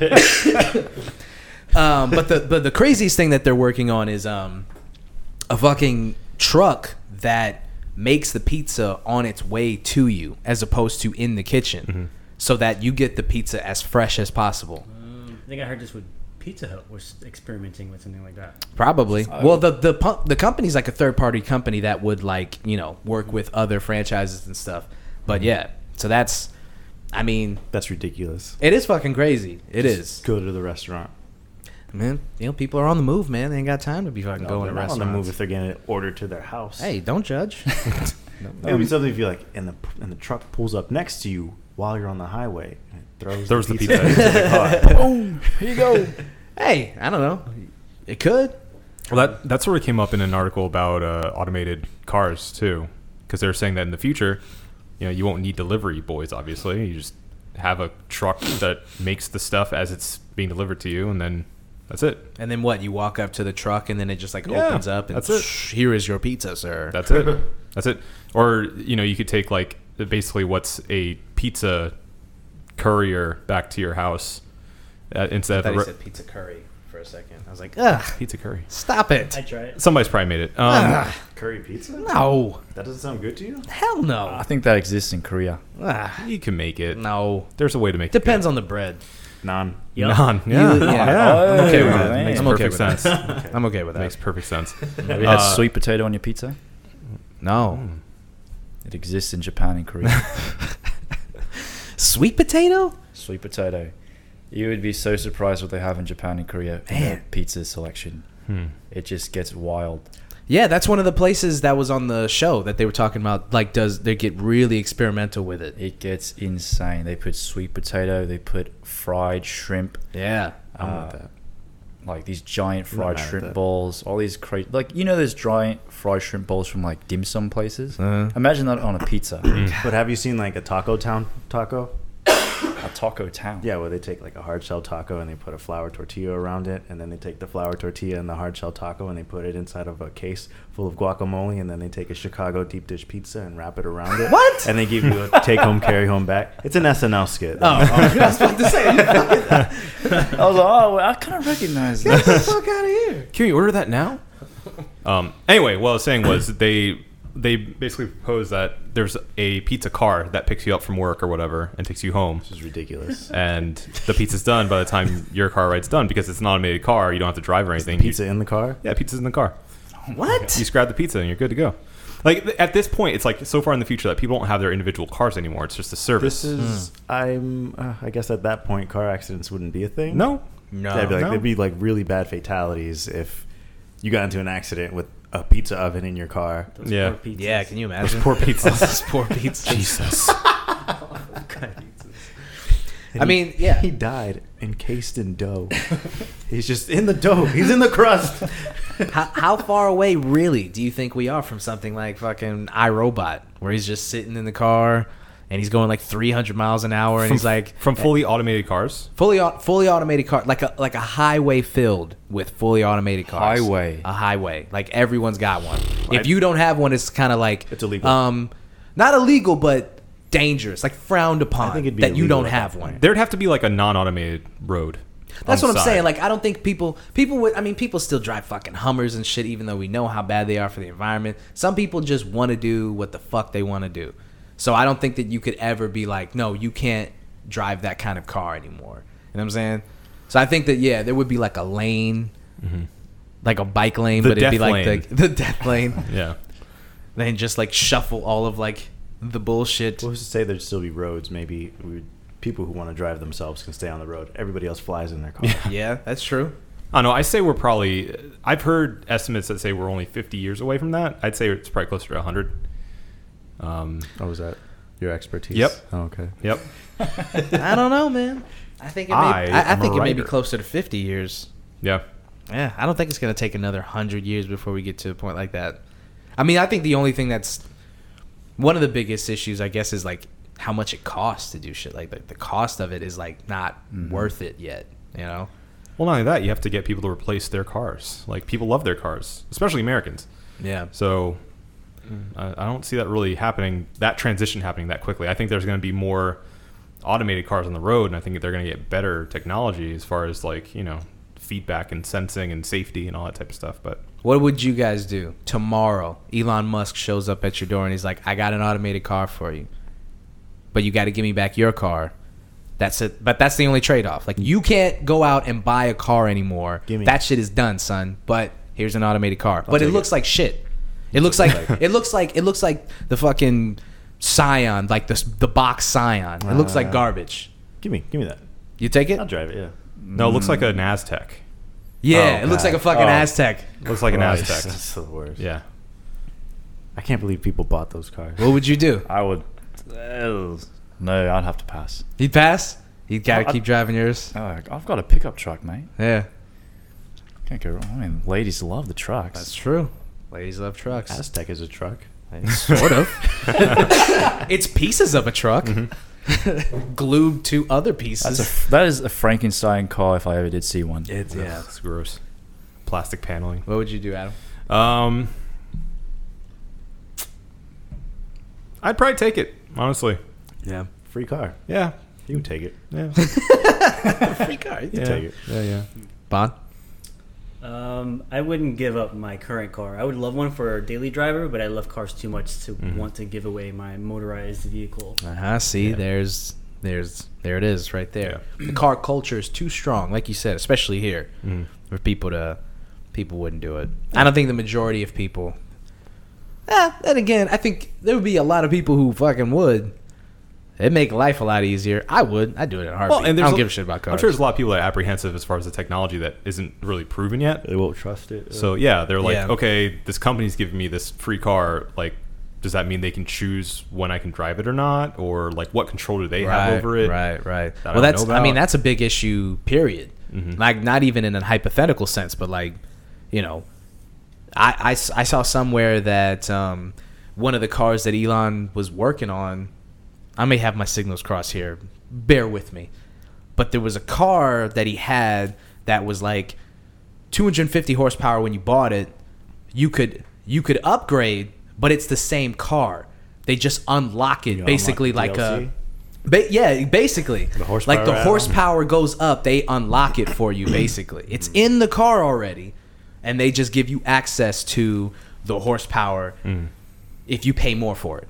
S1: um, but the but the craziest thing that they're working on is um, a fucking truck that makes the pizza on its way to you, as opposed to in the kitchen, so that you get the pizza as fresh as possible.
S3: Um, I think I heard this with Pizza Hut was experimenting with something like that.
S1: Probably. well, the the pu- the company's like a third party company that would like you know work with other franchises and stuff. But yeah, so that's, I mean,
S6: That's ridiculous.
S1: it is fucking crazy. It is,
S6: Go to the restaurant.
S1: man. You know, people are on the move, man. They ain't got time to be fucking
S6: No,
S1: going to
S6: they're not on
S1: restaurants.
S6: the move if they're getting it ordered to their house.
S1: Hey, um, don't judge.
S6: It would be something if you like, and the and the truck pulls up next to you while you're on the highway. And it throws,
S4: Throws
S6: the
S4: the
S6: pizza,
S4: pizza.
S6: into the car.
S1: Boom. Here you go. hey, I don't know. It could.
S4: Well, that that sort of came up in an article about uh, automated cars too, because they were saying that in the future, you know, you won't need delivery boys. Obviously, you just have a truck that makes the stuff as it's being delivered to you, and then that's it.
S1: And then what? You walk up to the truck, and then it just like
S4: Yeah,
S1: opens up, and
S4: that's it.
S1: "Shh, here is your pizza, sir.
S4: That's it. That's it. Or you know, you could take like basically what's a pizza courier back to your house uh,
S1: I
S4: instead of
S1: thought
S4: a
S1: he
S4: re-
S1: said pizza curry for a second. I was like, ugh,
S4: pizza curry.
S1: stop it.
S3: I try it.
S4: Somebody's probably made it. Um,
S1: Ugh,
S6: Curry pizza?
S1: no,
S6: That doesn't sound good to you?
S1: hell
S2: I
S1: no.
S2: think that exists in Korea.
S1: Ugh,
S4: You can make it.
S1: no,
S4: There's a way to make it.
S1: depends on the bread.
S6: Non.
S3: Yup.
S4: None. Yeah.
S1: You- yeah.
S4: I'm okay with
S2: Oh,
S4: that. Makes
S1: I'm okay
S4: perfect
S1: with
S4: sense.
S1: I'm okay with that.
S4: Makes perfect sense.
S2: Have you had
S4: Uh,
S2: sweet potato on your pizza?
S1: no,
S2: It exists in Japan and Korea.
S1: sweet potato.
S2: sweet potato. You would be so surprised what they have in Japan and Korea in their
S1: Man.
S2: pizza selection.
S4: Hmm.
S2: It just gets wild.
S1: Yeah, that's one of the places that was on the show that they were talking about. Like, does they get really experimental with it?
S2: It gets insane. They put sweet potato. They put fried shrimp,
S1: Yeah, I'm
S2: Uh,
S1: with that.
S2: like these giant fried
S6: mad at
S2: shrimp
S6: that.
S2: balls. All these crazy, like you know, those giant fried shrimp balls from like dim sum places. Imagine that on a pizza,
S6: But have you seen like a Taco Town taco?
S2: a taco town.
S6: Yeah, where they take like a hard shell taco and they put a flour tortilla around it, and then they take the flour tortilla and the hard shell taco and they put it inside of a case full of guacamole, and then they take a Chicago deep dish pizza and wrap it around it.
S1: What?
S6: And they give you a take home, carry home back. It's an SNL skit.
S1: Oh, oh, I was about to say, get
S2: I was like, oh, well, I kind of recognize this.
S1: the fuck out of here.
S4: Can you order that now? Um, anyway, what I was saying was they they basically propose that there's a pizza car that picks you up from work or whatever and takes you home,
S6: This is ridiculous.
S4: and the pizza's done by the time your car ride's done because it's an automated car. You don't have to drive or anything. You-
S6: Pizza in the car?
S4: yeah, pizza's in the car.
S1: What?
S4: You just grab the pizza and you're good to go. Like th- at this point, it's like so far in the future that people don't have their individual cars anymore. It's just a service.
S6: This is. I'm. Uh, I guess at that point, car accidents wouldn't be a thing.
S4: no.
S1: No.
S6: That'd be like,
S4: no.
S6: There'd be like really bad fatalities if you got into an accident with a pizza oven in your car.
S3: Those
S4: Yeah.
S3: poor pizzas.
S1: Yeah, can you imagine?
S4: Those poor pizzas.
S1: Those poor pizzas.
S4: Jesus.
S6: And
S1: I
S6: he-
S1: mean, yeah.
S6: He died encased in dough. He's just in the dough. He's in the crust.
S1: how, how far away, really, do you think we are from something like fucking iRobot, where he's just sitting in the car and he's going like 300 miles an hour and
S4: From-
S1: he's like eh.
S4: from fully automated cars.
S1: fully au- fully automated car, like a like a highway filled with fully automated cars.
S2: Highway.
S1: a highway. Like everyone's got one. If you don't have one, it's kind of like
S6: It's illegal.
S1: Um, not illegal, but dangerous, like frowned upon
S6: think it'd be
S1: that you
S6: illegal
S1: don't
S6: at that
S1: have
S6: point.
S1: one.
S4: There'd have to be like a non-automated road.
S1: That's
S4: on
S1: what I'm
S4: side.
S1: saying. Like, I don't think people people would. I mean, people still drive fucking Hummers and shit, even though we know how bad they are for the environment. Some people just want to do what the fuck they want to do. So I don't think that you could ever be like, no, you can't drive that kind of car anymore. You know what I'm saying? So I think that yeah, there would be like a lane, like a bike lane,
S4: Mm-hmm. The
S1: but it'd be
S4: death
S1: like the the death lane.
S4: yeah,
S1: then just like shuffle all of like the bullshit.
S6: Well, who's to say there'd still be roads? Maybe we would, people who want to drive themselves can stay on the road. Everybody else flies in their car.
S1: Yeah, that's true.
S4: I don't know. I say we're probably. I've heard estimates that say we're only 50 years away from that. I'd say it's probably closer to 100. Um.
S6: Oh, was that your expertise?
S4: Yep.
S6: Oh, okay.
S4: Yep.
S1: I don't know, man. I think it may,
S4: I
S1: I, I
S4: am a
S1: think it may be
S4: writer.
S1: closer to 50 years.
S4: Yeah.
S1: Yeah, I don't think it's gonna take another hundred years before we get to a point like that. I mean, I think the only thing that's one of the biggest issues, I guess, is like how much it costs to do shit like that. The cost of it is like not worth it yet. You know?
S4: Well, not only that, you have to get people to replace their cars. Like people love their cars, especially Americans.
S1: Yeah.
S4: So I, I don't see that really happening. That transition happening that quickly. I think there's going to be more automated cars on the road, and I think they're going to get better technology as far as like you know feedback and sensing and safety and all that type of stuff. But
S1: What would you guys do tomorrow? Elon Musk shows up at your door and he's like, "I got an automated car for you, but you got to give me back your car." That's it. But that's the only trade-off. Like, you can't go out and buy a car anymore.
S6: Gimme.
S1: That shit is done, son. But here's an automated car. but it
S6: take
S1: looks like shit. It looks like it looks like it looks like the fucking Scion, like the the box Scion. It looks like
S6: Ah.
S1: garbage.
S6: Give me, give me that.
S1: You take
S6: I'll
S1: it?
S6: drive it. Yeah.
S4: no, it looks like an Aztec.
S1: Yeah,
S6: Oh,
S1: it looks like a
S6: God.
S1: fucking
S4: Oh.
S1: Aztec.
S4: Looks like an
S6: Christ,
S4: Aztec.
S6: That's the worst.
S4: Yeah.
S6: I can't believe people bought those cars.
S1: What would you do?
S2: I would. uh, no, I'd have to pass.
S1: He'd pass. You gotta
S2: I-
S1: keep driving yours.
S2: Oh, I- I've got a pickup truck, mate.
S1: Yeah.
S2: Can't go wrong. I mean, ladies love the trucks.
S1: That's true. Ladies love trucks.
S6: Aztec is a truck.
S1: sort of. it's pieces of a truck Mm-hmm. glued to other pieces.
S2: That's a, that is a Frankenstein car if I ever did see one.
S6: It's yeah.
S4: It's gross. Plastic paneling.
S1: what would you do, Adam?
S4: Um, I'd probably take it, honestly.
S1: Yeah.
S6: Free car.
S4: Yeah.
S6: You can take it.
S4: Yeah.
S1: Free car.
S4: yeah.
S6: take it.
S4: Yeah, yeah.
S1: Bond?
S3: Um, I wouldn't give up my current car. I would love one for a daily driver, but I love cars too much to
S1: Mm-hmm.
S3: want to give away my motorized vehicle.
S1: Uh-huh. See, there's there's there it is right there. The car culture is too strong, like you said, especially here. For people to people wouldn't do it. I don't think the majority of people Eh, then again, I think there would be a lot of people who fucking would. It'd make life a lot easier. I would. I'd do it in a heartbeat.
S4: Well, and
S1: I
S4: there's
S1: don't
S4: a-
S1: give a shit about cars.
S4: I'm sure there's a lot of people that are apprehensive as far as the technology that isn't really proven yet.
S6: They won't trust it.
S4: So yeah, they're like,
S1: Yeah.
S4: okay, this company's giving me this free car. Like, does that mean they can choose when I can drive it or not, or like what control do they have over it?
S1: Right, right.
S4: that I
S1: well,
S4: don't
S1: that's.
S4: know
S1: I mean,
S4: about? Mm-hmm.
S1: that's a big issue. Period. Like, not even in a hypothetical sense, but like, you know, I, I s- I saw somewhere that um, one of the cars that Elon was working on. I may have my signals crossed here. Bear with me, but there was a car that he had that was like 250 horsepower when you bought it. You could you could upgrade, but it's the same car. They just unlock it
S6: unlock
S1: basically
S6: the
S1: like a
S6: DLC?
S1: Ba- yeah, basically.
S6: horsepower
S1: like the
S6: add-on.
S1: horsepower goes up, they unlock it for you. Basically, it's
S6: Mm.
S1: in the car already, and they just give you access to the horsepower
S6: Mm.
S1: if you pay more for it.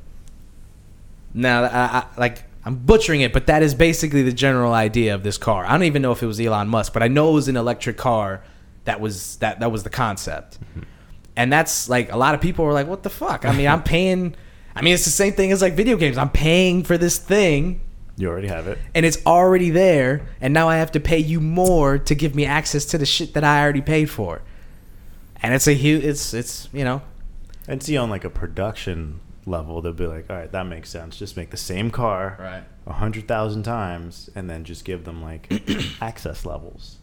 S1: Now, I, I, like I'm butchering it, but that is basically the general idea of this car. I don't even know if it was Elon Musk, but I know it was an electric car. That was that that was the concept,
S6: Mm-hmm.
S1: and that's like a lot of people were like, "What the fuck?" I mean, I'm paying. I mean, it's the same thing as like video games. I'm paying for this thing
S6: you already have it.
S1: and it's already there, and now I have to pay you more to give me access to the shit that I already paid for. and it's a huge. It's it's you know
S6: And see, on like a production level, they'll be like, all right, that makes sense. Just make the same car
S2: Right.
S6: a hundred thousand times, and then just give them like access levels.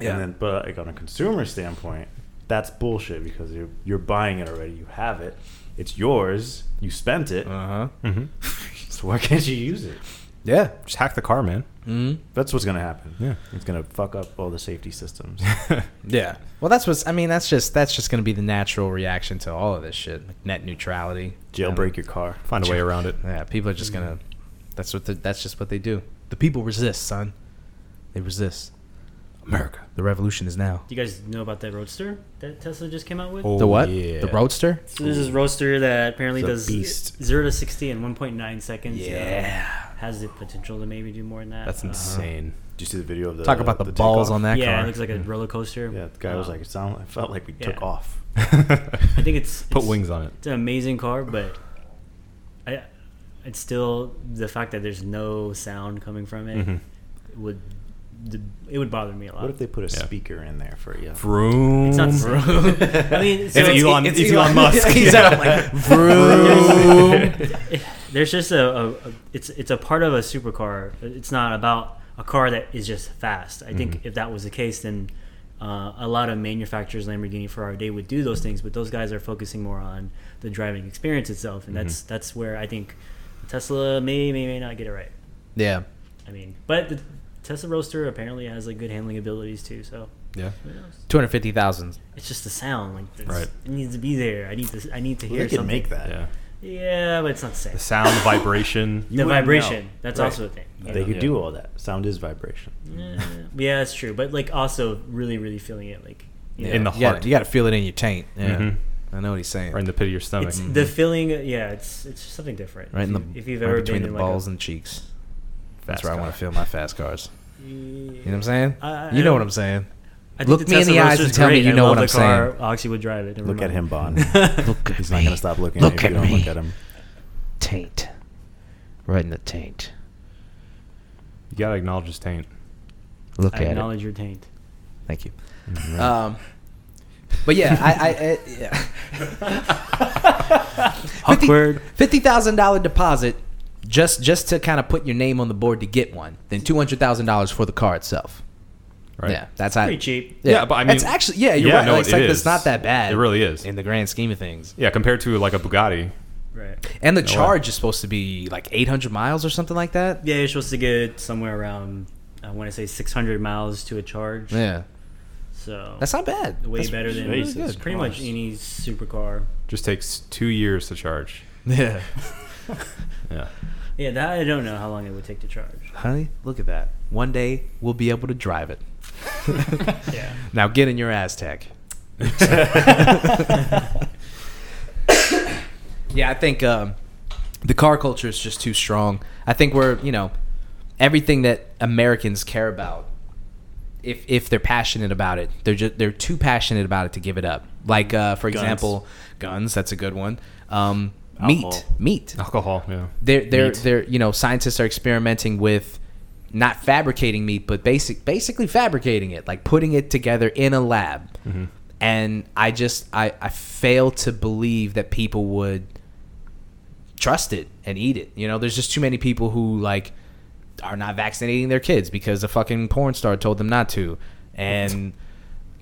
S1: Yeah.
S6: And then, but like on a consumer standpoint, that's bullshit because you're you're buying it already. You have it. It's yours. You spent it.
S1: Uh-huh.
S4: Uh huh. Mm-hmm.
S6: So why can't you use it?
S1: yeah.
S4: Just hack the car, man.
S1: Mm-hmm.
S6: That's what's gonna happen.
S4: Yeah.
S6: It's gonna fuck up all the safety systems.
S1: Yeah. Well, that's what's. I mean, that's just that's just gonna be the natural reaction to all of this shit. Like net neutrality.
S6: Jailbreak your car.
S4: Find a way around it.
S1: Yeah, people are just gonna. That's what. The, that's just what they do. The people resist, son. They resist.
S4: America.
S1: The revolution is now.
S3: Do you guys know about that Roadster that Tesla just came out with?
S4: Oh,
S1: the what?
S4: yeah.
S1: The roadster.
S3: So there's this Roadster that apparently
S6: It's a
S3: does
S6: beast.
S3: zero to sixty in one point nine seconds. uh,
S1: Yeah.
S3: has the potential to maybe do more than that.
S4: That's
S1: Uh-huh.
S3: Uh,
S4: insane.
S6: Did you see the video of the
S1: Talk about the, balls on that
S3: yeah,
S1: car.
S3: it looks like a roller coaster.
S6: Yeah, the guy was
S3: Uh,
S6: like, it sounded. It felt like we took
S3: yeah.
S6: off.
S4: I
S3: think it's-
S4: put
S3: it's-
S4: wings on it.
S3: It's an amazing car, but I, it's still the fact that there's no sound coming from it
S4: Mhm.
S3: would d- it would bother me a lot.
S6: Mm-hmm. What if they put a
S4: Yeah.
S6: speaker in there for you?
S4: Vroom.
S3: It's not sound. I mean, so
S4: It's
S3: it's-
S4: Elon- it's Elon Musk.
S1: He's out like vroom.
S3: there's just a, a, a- it's it's a part of a supercar. It's not about a car that is just fast. I
S6: Mm-hmm.
S3: think if that was the case, then uh, a lot of manufacturers, Lamborghini, Ferrari, they would do those things. But those guys are focusing more on the driving experience itself, and
S6: Mm-hmm.
S3: that's that's where I think Tesla may may may not get it right.
S1: yeah.
S3: I mean, but the Tesla Roadster apparently has like good handling abilities too. So
S4: Yeah.
S3: who knows?
S1: Two hundred fifty thousand.
S3: it's just the sound. Like it's-
S4: Right.
S3: it needs to be there. I need to I need to
S6: Well,
S3: hear
S6: they could
S3: something.
S6: make that.
S4: Yeah.
S3: Yeah, but it's not the same.
S4: The sound, vibration.
S3: the
S6: wouldn't
S3: vibration.
S6: know.
S3: That's
S6: Right.
S3: also a thing. you
S6: They
S3: know?
S6: could do all that. Sound is vibration.
S3: Yeah, yeah, that's true. But like also really, really feeling it. Like you
S4: In
S3: know,
S4: the
S1: you gotta,
S4: heart.
S1: you gotta feel it in your taint. Yeah.
S4: Mhm.
S1: I know what he's saying.
S4: Right in the pit of your stomach. Mm-hmm.
S3: it's the feeling. Yeah, it's it's something different.
S1: Right
S3: if
S1: in the
S3: you- if you've
S1: right
S3: ever
S1: between
S3: been
S1: the
S3: in
S1: balls
S3: like
S1: and cheeks. That's
S4: Fast
S1: where I
S4: car.
S1: want to feel my fast cars.
S3: a, and
S1: You know what I'm saying?
S3: I- I
S1: you know
S3: don't-
S1: what I'm saying.
S3: I think
S1: Look me in
S3: Tesla
S1: the eyes
S3: Roadster's
S1: and tell me
S3: great.
S1: you
S3: I
S1: know
S3: love
S1: what
S3: the
S1: I'm
S3: car. Oxy would drive it. Never
S6: Look at
S3: mind.
S6: him, Bond.
S1: Look at
S6: He's not gonna
S1: me.
S6: stop looking
S1: Look
S6: at you if you
S1: at
S6: don't
S1: me.
S6: look at him.
S1: Taint. Right in the taint.
S4: You gotta acknowledge his taint.
S1: Look
S3: I acknowledge your taint.
S1: Thank you.
S4: Mm-hmm.
S1: Um, but yeah, I, I, I yeah.
S3: Awkward.
S1: Fifty thousand dollar deposit just just to kind of put your name on the board to get one. Then two hundred thousand dollars for the car itself.
S4: Right.
S1: Yeah, that's how.
S3: Pretty cheap.
S4: Yeah, but I mean-
S1: it's actually yeah. You're
S4: Yeah,
S1: right.
S4: no,
S1: like, it's,
S4: it
S1: like,
S4: is.
S1: it's not that bad.
S4: It really is.
S1: in the grand scheme of things.
S4: Yeah, compared to like a Bugatti.
S3: Right.
S1: And the
S4: No way.
S1: charge is supposed to be like eight hundred miles or something like that.
S3: Yeah, you're supposed to get somewhere around I want to say 600 miles to a charge.
S1: Yeah,
S3: So
S1: that's not bad.
S3: way
S1: That's
S3: better than
S1: really
S6: Jesus
S1: good.
S3: pretty much
S6: Christ.
S3: any supercar.
S4: Just takes two years to charge.
S1: Yeah,
S4: Yeah.
S3: Yeah, that I don't know how long it would take to charge.
S1: honey, look at that. One day we'll be able to drive it.
S3: Yeah.
S1: Now get in your Aztec. Yeah, I think um, the car culture is just too strong. I think we're, you know, everything that Americans care about. If if they're passionate about it, they're just they're too passionate about it to give it up. Like uh, for example, guns. That's a good one. Um,
S6: Alcohol.
S1: meat, meat.
S4: Alcohol, yeah.
S1: They're they're
S4: Meat.
S1: they're you know scientists are experimenting with not fabricating meat, but basic basically fabricating it, like putting it together in a lab. And I just I I fail to believe that people would trust it and eat it. You know, there's just too many people who like are not vaccinating their kids because a fucking porn star told them not to, and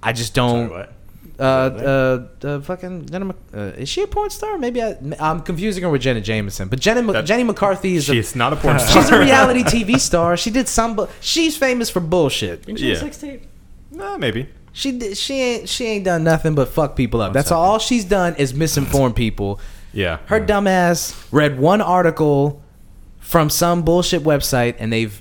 S1: I just don't.
S6: what?
S1: Uh, uh, uh, fucking Jenna. Mc- Uh, is she a porn star? Maybe I, I'm confusing her with Jenna Jameson. But Jenna, Mc-
S4: That-
S1: Jenny McCarthy is a,
S4: She's not a porn star.
S1: she's a reality TV star. She did some. Bu- she's famous for bullshit.
S3: Didn't she have
S4: Yeah.
S3: a sex tape?
S4: Nah, maybe.
S1: She did, she ain't she ain't done nothing but fuck people up. That's
S4: second.
S1: all she's done is misinform people.
S4: Yeah.
S1: Her
S4: yeah.
S1: dumb ass read one article from some bullshit website, and they've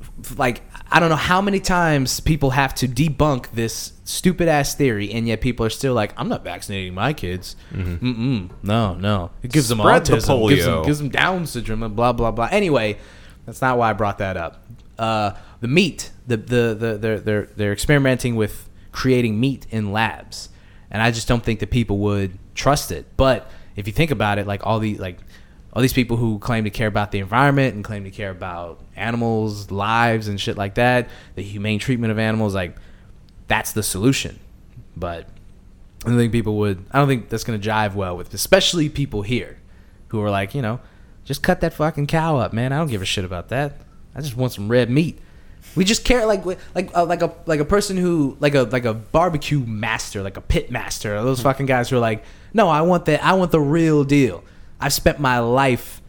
S1: f- like I don't know how many times people have to debunk this stupid ass theory, and yet people are still like, "I'm not vaccinating my kids."
S4: Mm-hmm.
S1: Mm-mm. No, no, it gives them
S4: Spread the
S1: autism, gives them
S4: polio.
S1: gives them Down syndrome, and blah blah blah. Anyway, that's not why I brought that up. Uh, the meat, the the the they're they're they're experimenting with creating meat in labs, and I just don't think that people would trust it. But if you think about it, like all the like all these people who claim to care about the environment and claim to care about animals' lives and shit like that, the humane treatment of animals, like that's the solution. But I don't think people would. I don't think that's gonna jive well with, especially people here, who are like, you know, just cut that fucking cow up, man. I don't give a shit about that. I just want some red meat. We just care like we- like uh, like a like a person who like a like a barbecue master, like a pit master. Those fucking guys who are like, no, I want that. I want the real deal. I've spent my life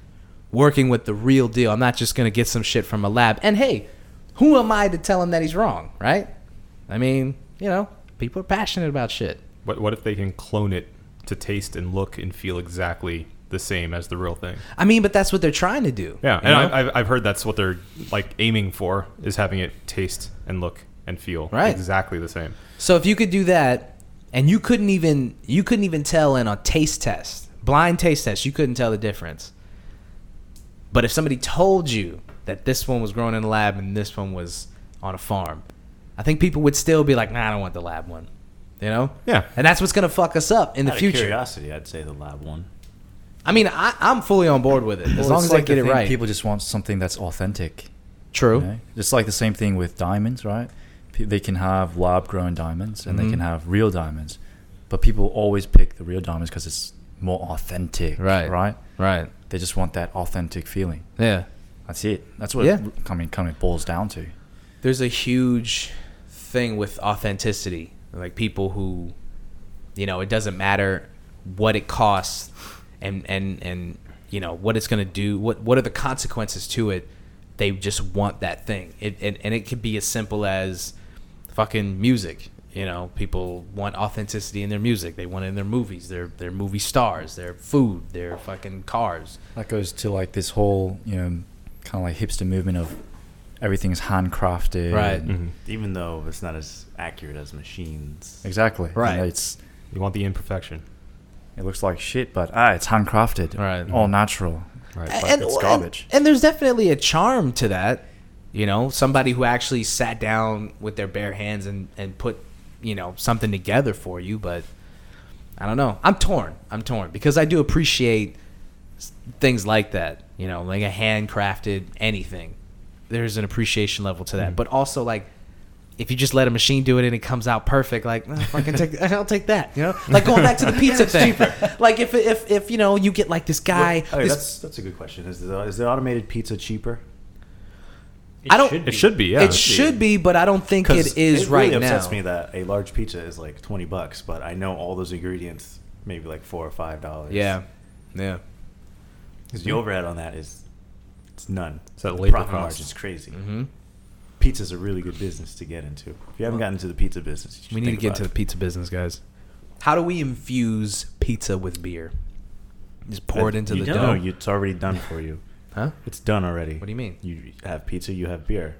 S1: working with the real deal. I'm not just gonna get some shit from a lab. And hey, who am I to tell him that he's wrong, right? I mean, you know, people are passionate about shit.
S4: What what if they can clone it to taste and look and feel exactly the same as the real thing?
S1: I mean, but that's what they're trying to do.
S4: Yeah,
S1: you
S4: and
S1: know?
S4: I, I've I've heard that's what they're like aiming for is having it taste and look and feel
S1: Right.
S4: exactly the same.
S1: so if you could do that, and you couldn't even you couldn't even tell in a taste test, blind taste test, you couldn't tell the difference. But if somebody told you that this one was grown in a lab and this one was on a farm, I think people would still be like, "Nah, I don't want the lab one," you know?
S4: Yeah.
S1: And that's what's gonna fuck us up in the
S6: Out of
S1: future.
S6: curiosity, I'd say the lab one.
S1: I mean, I, I'm fully on board with it as long as I get it right.
S2: People just want something that's authentic.
S1: True.
S2: You know? It's like the same thing with diamonds, right? P- they can have lab grown diamonds and
S1: Mhm.
S2: they can have real diamonds, but people always pick the real diamonds because it's more authentic,
S1: Right.
S2: Right?
S1: Right.
S2: They just want that authentic feeling.
S1: Yeah.
S2: That's it. That's what
S1: Yeah.
S2: it, I mean, kind of boils down to.
S1: there's a huge thing with authenticity like people who you know it doesn't matter what it costs and and and you know what it's going to do what what are the consequences to it they just want that thing it and, and it could be as simple as fucking music you know people want authenticity in their music they want it in their movies their their movie stars their food their fucking cars
S2: That goes to like this whole, you know, kind of like hipster movement of everything's handcrafted.
S1: Right.
S2: and-
S4: hmm
S6: Even though it's not as accurate as machines.
S2: Exactly. You know,
S1: Right.
S2: it's
S4: You want the imperfection,
S2: it looks like shit, but ah, it's handcrafted.
S1: Right.
S2: All natural.
S4: right?
S1: A-
S2: but it's garbage.
S1: And, there's definitely a charm to that. You know, somebody who actually sat down with their bare hands and, and put, you know, something together for you. But I don't know. I'm torn. I'm torn because I do appreciate s- things like that. You know, like a handcrafted anything. There's an appreciation level to that. But also, like, if you just let a machine do it and it comes out perfect, like "Oh, fucking take, I'll take that, you know. Like going back to the pizza thing, like if if if you know you get like this guy,
S6: Well, okay,
S1: this-
S6: oh, that's that's a good question. Is the is the automated pizza cheaper?
S1: I don't-
S4: It should be, yeah.
S1: Mm. it should be, but I don't think it
S4: 'Cause
S1: is
S6: it
S1: right
S6: really
S1: now.
S6: upsets me that a large pizza is like twenty bucks, but I know all those ingredients maybe like four or five dollars.
S1: Yeah, yeah.
S6: because the overhead on that is it's none.
S4: It's that
S6: The
S4: labor
S6: profit
S4: cost.
S6: margin's crazy.
S1: hmm
S6: Pizza's a really good business to get into. If you haven't gotten into the pizza business, you should
S1: We need to
S6: think
S1: get
S6: about
S1: into
S6: it.
S1: the pizza business, guys. How do we infuse pizza with beer? Just pour it into
S6: you
S1: the
S6: don't.
S1: dough.
S6: No, you- it's already done for you.
S1: huh?
S6: It's done already.
S1: What do you mean?
S6: You have pizza, you have beer,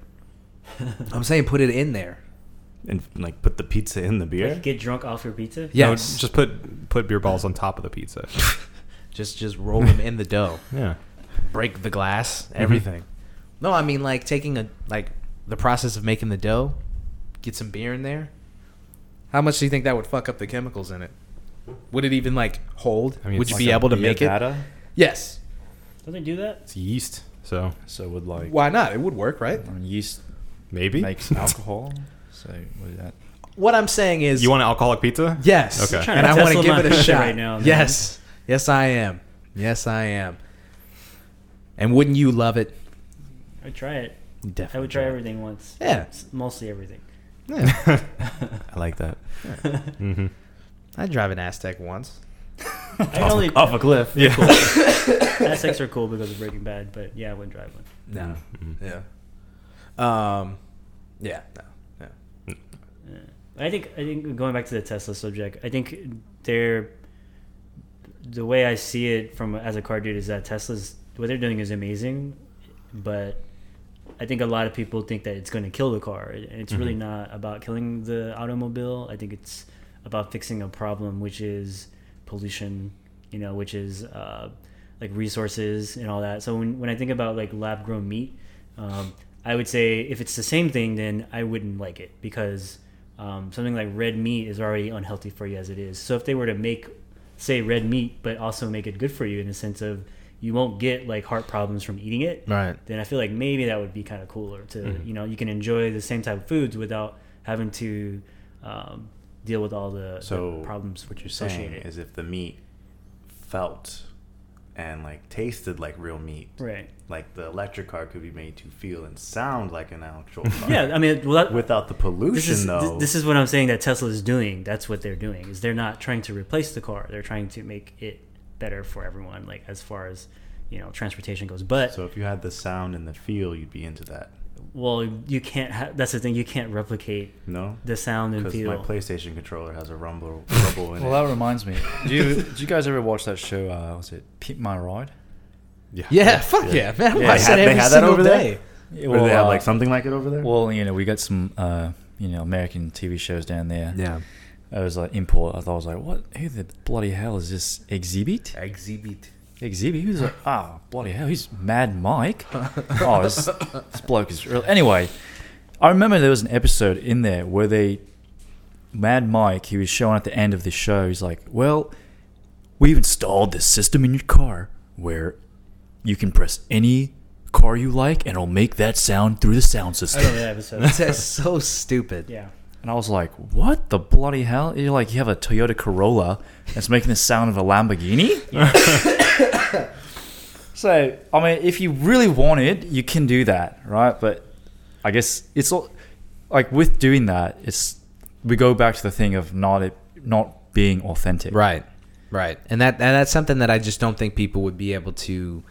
S1: I'm saying put it in there.
S6: and like put the pizza in the beer.
S3: Like, get drunk off your pizza?
S1: Yeah.
S4: No,
S1: Yes.
S4: just put put beer balls on top of the pizza.
S1: Just just roll them in the dough.
S4: yeah.
S1: Break the glass.
S4: Mm-hmm.
S1: Everything. No, I mean like taking a like the process of making the dough. Get some beer in there. How much do you think that would fuck up the chemicals in it? Would it even like hold?
S4: I mean,
S1: would
S4: it's
S1: you
S4: like
S1: be
S4: a
S1: able to
S6: Beer
S1: make it?
S6: data?
S1: Yes.
S3: Don't they do that?
S4: It's yeast, so
S2: So would like
S1: Why not? It would work, right?
S2: I mean, yeast
S4: maybe
S2: makes alcohol. So what is that?
S1: What I'm saying is,
S4: You want an alcoholic pizza?
S1: yes,
S4: Okay.
S3: trying
S1: and
S3: to
S1: I want to
S3: Tesla
S1: give
S3: my
S1: it a
S3: pizza
S1: shot
S3: right now, man.
S1: Yes, yes, I am. Yes, I am. And wouldn't you love it?
S3: I'd try it.
S1: Definitely.
S3: I would try everything once.
S1: Yeah.
S3: S- Mostly everything.
S1: Yeah.
S6: I like that.
S4: Mm-hmm.
S1: I'd drive an Aztec once.
S3: I can only
S6: off a cliff.
S4: Yeah.
S3: Aztecs are cool because of Breaking Bad, but yeah, I wouldn't drive one.
S1: No.
S4: Mhm.
S1: Yeah. Um. Yeah. No. No.
S3: Yeah. I think I think going back to the Tesla subject, I think they're the way I see it from as a car dude is that Tesla's what they're doing is amazing, but I think a lot of people think that it's going to kill the car, and it's really
S4: Mhm.
S3: not about killing the automobile. I think it's about fixing a problem, which is pollution, you know, which is uh, like resources and all that. So when, when I think about like lab grown meat, um, I would say if it's the same thing, then I wouldn't like it because um, something like red meat is already unhealthy for you as it is. So if they were to make, say, red meat, but also make it good for you in the sense of you won't get like heart problems from eating it,
S1: Right.
S3: then I feel like maybe that would be kind of cooler to,
S6: Mm-hmm.
S4: Mhm.
S3: you know, you can enjoy the same type of foods without having to um, deal with all the, the
S6: So
S3: problems
S6: What you're saying
S3: associated.
S6: is if the meat felt and like tasted like real meat,
S3: right.
S6: like the electric car could be made to feel and sound like an actual car.
S3: Yeah, I mean, well, that,
S6: Without the pollution,
S3: this is,
S6: though.
S3: th- This is what I'm saying that Tesla is doing. That's what they're doing. Is they're not trying to replace the car. They're trying to make it better for everyone, like as far as you know, transportation goes. But
S6: so if you had the sound and the feel, you'd be into that.
S3: well, you can't. Ha- that's the thing. You can't replicate
S6: No,
S3: the sound and
S6: because
S3: feel.
S6: my PlayStation controller has a rumble, rumble in
S2: Well, that
S6: it.
S2: reminds me. Do you, do you guys ever watch that show? Uh, was it Pimp My Ride?
S4: Yeah.
S1: Yeah, fuck yeah, man.
S2: Yeah.
S1: I watch
S2: They
S1: that
S6: had- they
S1: every
S6: had that
S1: single
S6: over there?
S1: day.
S2: Yeah,
S6: Or do they have
S2: uh,
S6: like something like it over there?
S2: Well, you know, we got some uh, you know American TV shows down there.
S6: yeah.
S2: I was like import. I thought I was like, what? Who the bloody hell is this? Exhibit?
S6: Exhibit.
S2: Exhibit? Who's like, ah, bloody hell? Who's Mad Mike? oh, this, this bloke is real. Anyway, I remember there was an episode in there where they, Mad Mike, he was showing at the end of the show. He's like, well, we've installed this system in your car where you can press any car you like and it'll make that sound through the sound
S3: I
S2: system.
S3: remember that episode.
S1: That's so stupid.
S3: yeah.
S2: And I was like, what the bloody hell? You're like, you have a Toyota Corolla that's making the sound of a Lamborghini? so, I mean, if you really want it, you can do that, right? But I guess it's all like with doing that, it's we go back to the thing of not it not being authentic.
S1: Right. Right. And that and that's something that I just don't think people would be able to